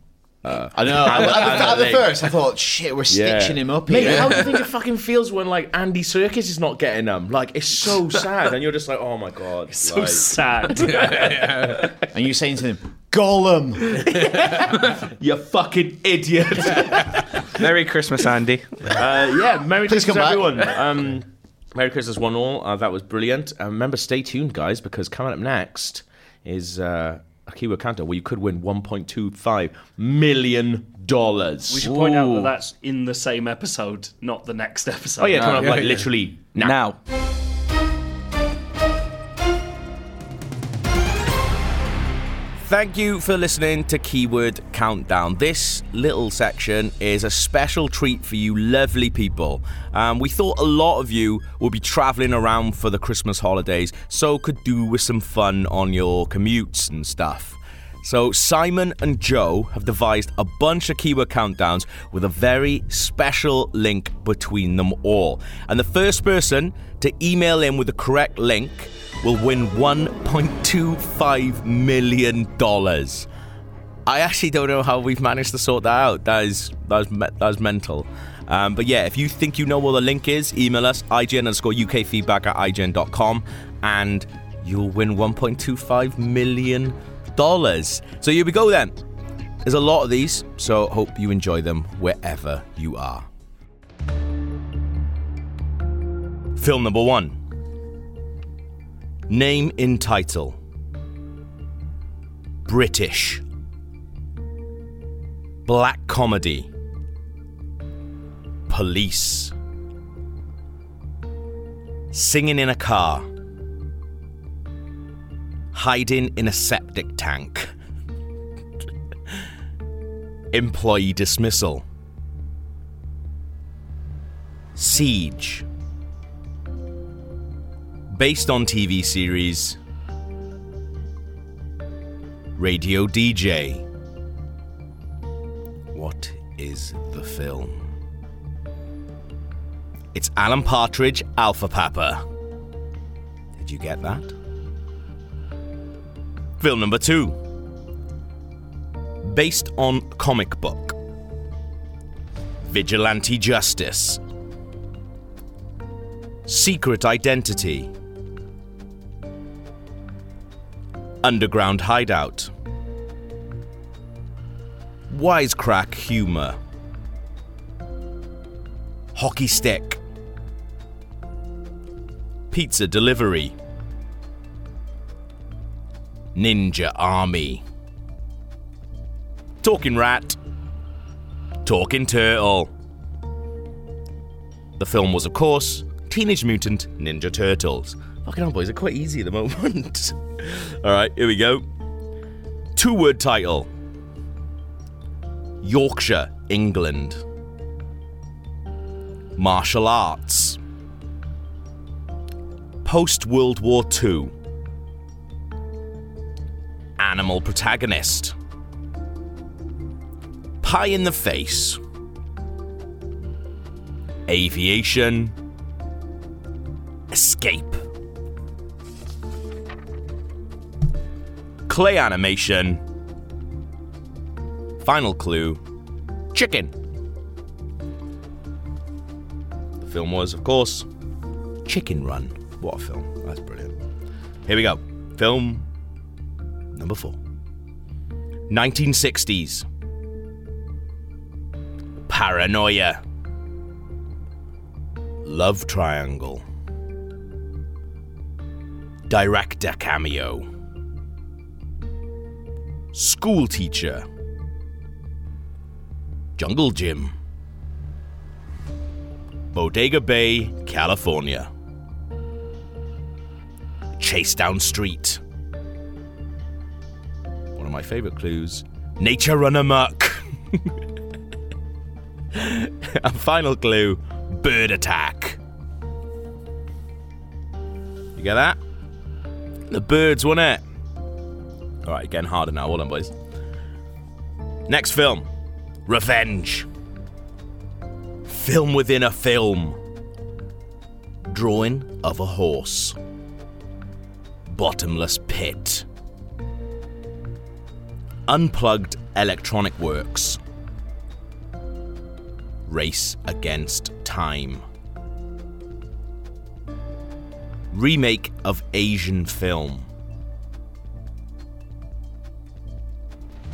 Speaker 3: I know. At, the- at the- at the
Speaker 2: Yeah.
Speaker 3: first, I thought, shit, we're
Speaker 2: Yeah.
Speaker 3: stitching him up
Speaker 2: Mate,
Speaker 3: here.
Speaker 2: how do you think it fucking feels when like Andy Circus is not getting them? Like it's so sad, and you're just like, oh my god.
Speaker 5: So
Speaker 2: like-
Speaker 5: sad.
Speaker 3: and you're saying to him, Gollum.
Speaker 2: You fucking idiot.
Speaker 4: Merry Christmas, Andy.
Speaker 2: uh, yeah, Merry
Speaker 3: Please
Speaker 2: Christmas,
Speaker 3: come
Speaker 2: everyone. Um, Merry Christmas, one all. Uh, that was brilliant. Uh, remember, stay tuned, guys, because coming up next is uh, a keyword counter where you could win $1.25 million.
Speaker 5: we should point out that that's in the same episode, not the next episode.
Speaker 2: Oh, yeah, coming up,
Speaker 6: Yeah,
Speaker 2: like,
Speaker 6: yeah.
Speaker 2: literally now.
Speaker 4: Now,
Speaker 2: Thank you for listening to Keyword Countdown. This little section is a special treat for you, lovely people. Um, we thought a lot of you would be traveling around for the Christmas holidays, so could do with some fun on your commutes and stuff. So, Simon and Joe have devised a bunch of keyword countdowns with a very special link between them all. And the first person to email in with the correct link will win $1.25 million. I actually don't know how we've managed to sort that out. That is that is, me- that is mental. Um, but yeah, if you think you know where the link is, email us ign underscore UK feedback at ign.com and you'll win $1.25 million. So here we go then. There's a lot of these, so hope you enjoy them wherever you are. Film number one Name in title British black comedy, police, singing in a car, hiding in a septic tank, employee dismissal, siege, based on TV series, radio DJ. What is the film? It's Alan Partridge, Alpha Papa. Did you get that? Film number two. Based on comic book. Vigilante Justice. Secret Identity. Underground Hideout. Wisecrack Humor. Hockey Stick. Pizza Delivery. Ninja Army. Talking Rat. Talking Turtle. The film was, of course, Teenage Mutant Ninja Turtles. Fucking hell, boys, they're quite easy at the moment. All right, here we go. Two word title Yorkshire, England. Martial arts. Post World War II. Animal protagonist. Pie in the face. Aviation. Escape. Clay animation. Final clue. Chicken. The film was, of course, Chicken Run. What a film. That's brilliant. Here we go. Film number four 1960s. Paranoia. Love Triangle. Director cameo. School teacher. Jungle Gym. Bodega Bay, California. Chase Down Street. One of my favorite clues Nature Run Amok. and final clue Bird Attack. You get that? The birds won it. Alright, getting harder now. Hold on, boys. Next film Revenge. Film within a film. Drawing of a horse. Bottomless pit. Unplugged electronic works. Race against time. Remake of Asian film.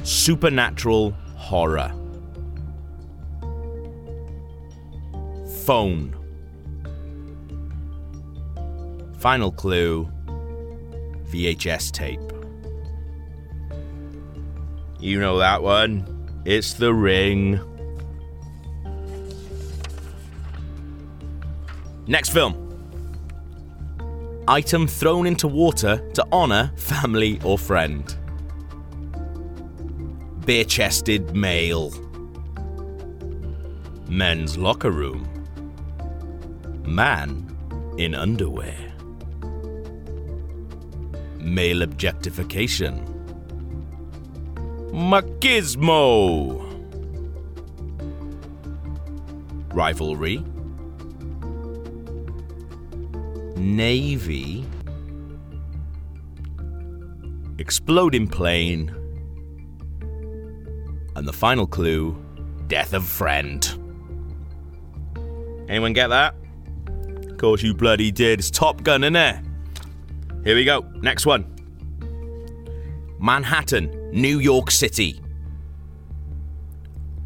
Speaker 2: Supernatural horror. Phone. Final clue VHS tape. You know that one. It's the ring. Next film. Item thrown into water to honor family or friend. Bare chested male. Men's locker room. Man in underwear. Male objectification. Machismo. Rivalry. Navy. Exploding plane. And the final clue death of friend. Anyone get that? Of course you bloody did. It's Top Gun, innit? Here we go. Next one. Manhattan, New York City.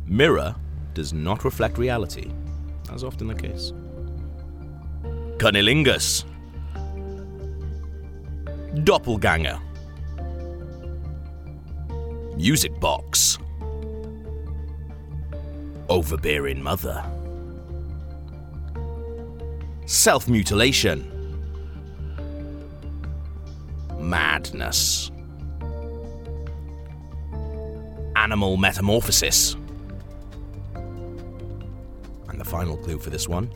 Speaker 2: Mirror does not reflect reality, as often the case. Cunnilingus. Doppelganger. Music box. Overbearing mother. Self mutilation. Madness. Animal metamorphosis. And the final clue for this one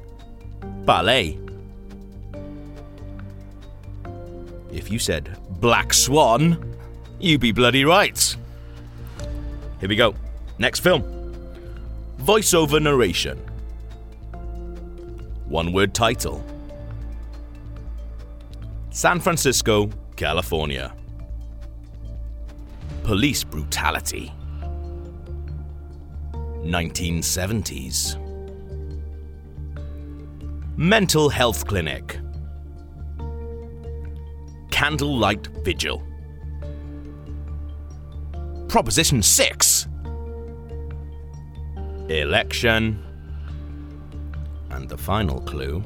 Speaker 2: ballet. If you said Black Swan, you'd be bloody right. Here we go. Next film. Voiceover narration. One word title San Francisco, California. Police brutality. 1970s. Mental health clinic. Candlelight vigil. Proposition 6. Election. And the final clue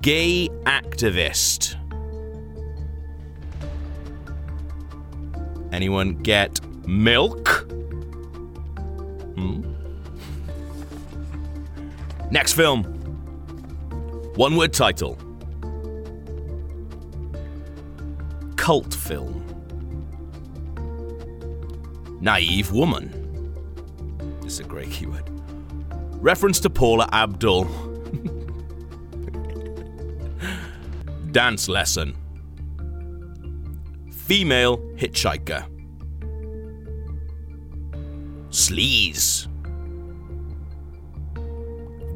Speaker 2: gay activist. Anyone get milk? Hmm? Next film. One word title. Cult film. Naive woman. This is a great keyword. Reference to Paula Abdul. Dance lesson. Female hitchhiker. Sleaze.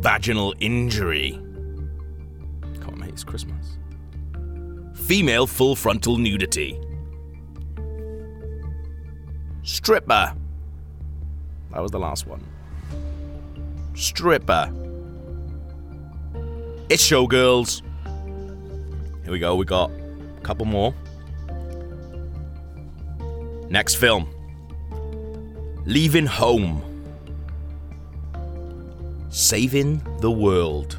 Speaker 2: Vaginal injury. Come on, mate, it's Christmas. Female full frontal nudity. Stripper. That was the last one. Stripper. It's showgirls. Here we go, we got a couple more. Next film Leaving Home. Saving the World.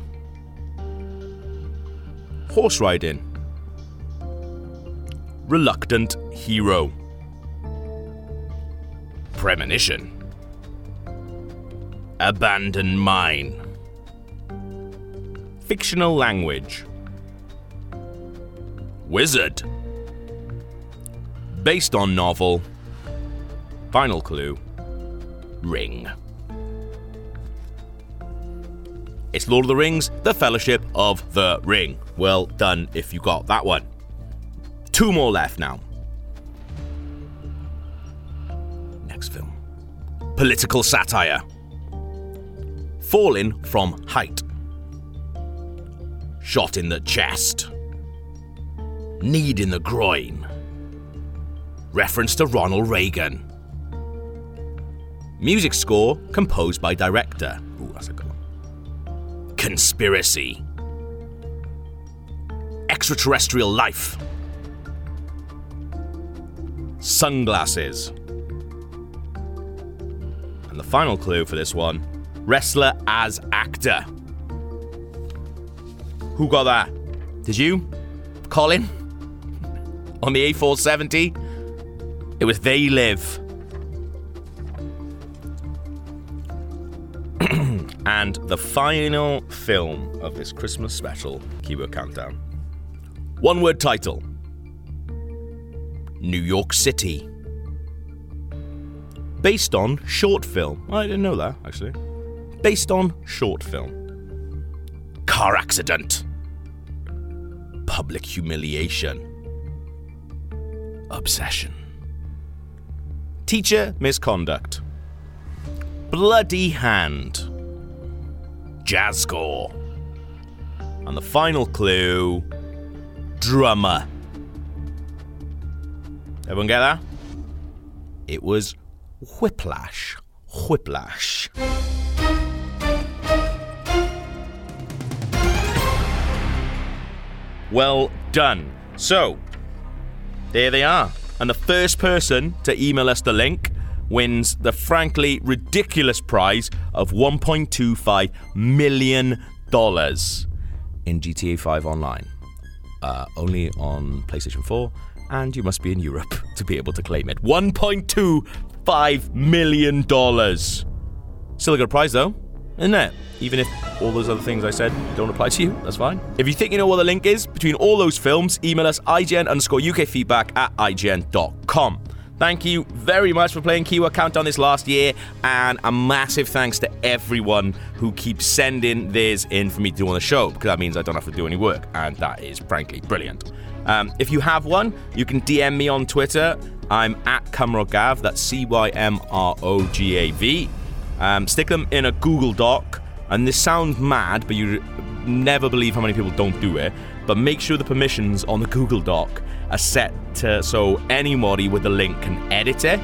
Speaker 2: Horse Riding. Reluctant Hero. Premonition. Abandon Mine. Fictional language. Wizard. Based on novel. Final clue. Ring. It's Lord of the Rings, The Fellowship of the Ring. Well done if you got that one. Two more left now. Next film. Political satire. Falling from height. Shot in the chest. Need in the groin. Reference to Ronald Reagan. Music score composed by director. Ooh, that's a good one. Conspiracy. Extraterrestrial life. Sunglasses. And the final clue for this one wrestler as actor. Who got that? Did you? Colin? On the A470? It was They Live. and the final film of this Christmas special keyword countdown. One word title New York City. Based on short film. I didn't know that, actually. Based on short film. Car accident. Public humiliation. Obsession. Teacher misconduct. Bloody hand. Jazz score. And the final clue drummer. Everyone get that? It was whiplash. Whiplash. Well done. So, there they are. And the first person to email us the link wins the frankly ridiculous prize of $1.25 million in GTA 5 Online. Uh, only on PlayStation 4, and you must be in Europe to be able to claim it. $1.25 million. Still a good prize, though, isn't it? Even if all those other things I said don't apply to you, that's fine. If you think you know what the link is between all those films, email us ign underscore ukfeedback at ign.com. Thank you very much for playing Keyword Countdown this last year, and a massive thanks to everyone who keeps sending theirs in for me to do on the show, because that means I don't have to do any work, and that is frankly brilliant. Um, if you have one, you can DM me on Twitter. I'm at Cumrogav, that's C Y M R O G A V. Um, stick them in a Google Doc, and this sounds mad, but you never believe how many people don't do it, but make sure the permissions on the Google Doc are set to, so anybody with the link can edit it.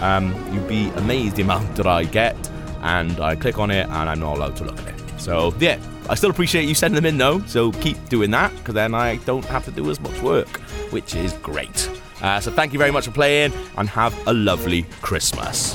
Speaker 2: Um, you'd be amazed the amount that I get, and I click on it, and I'm not allowed to look at it. So yeah, I still appreciate you sending them in though. So keep doing that, because then I don't have to do as much work, which is great. Uh, so thank you very much for playing, and have a lovely Christmas.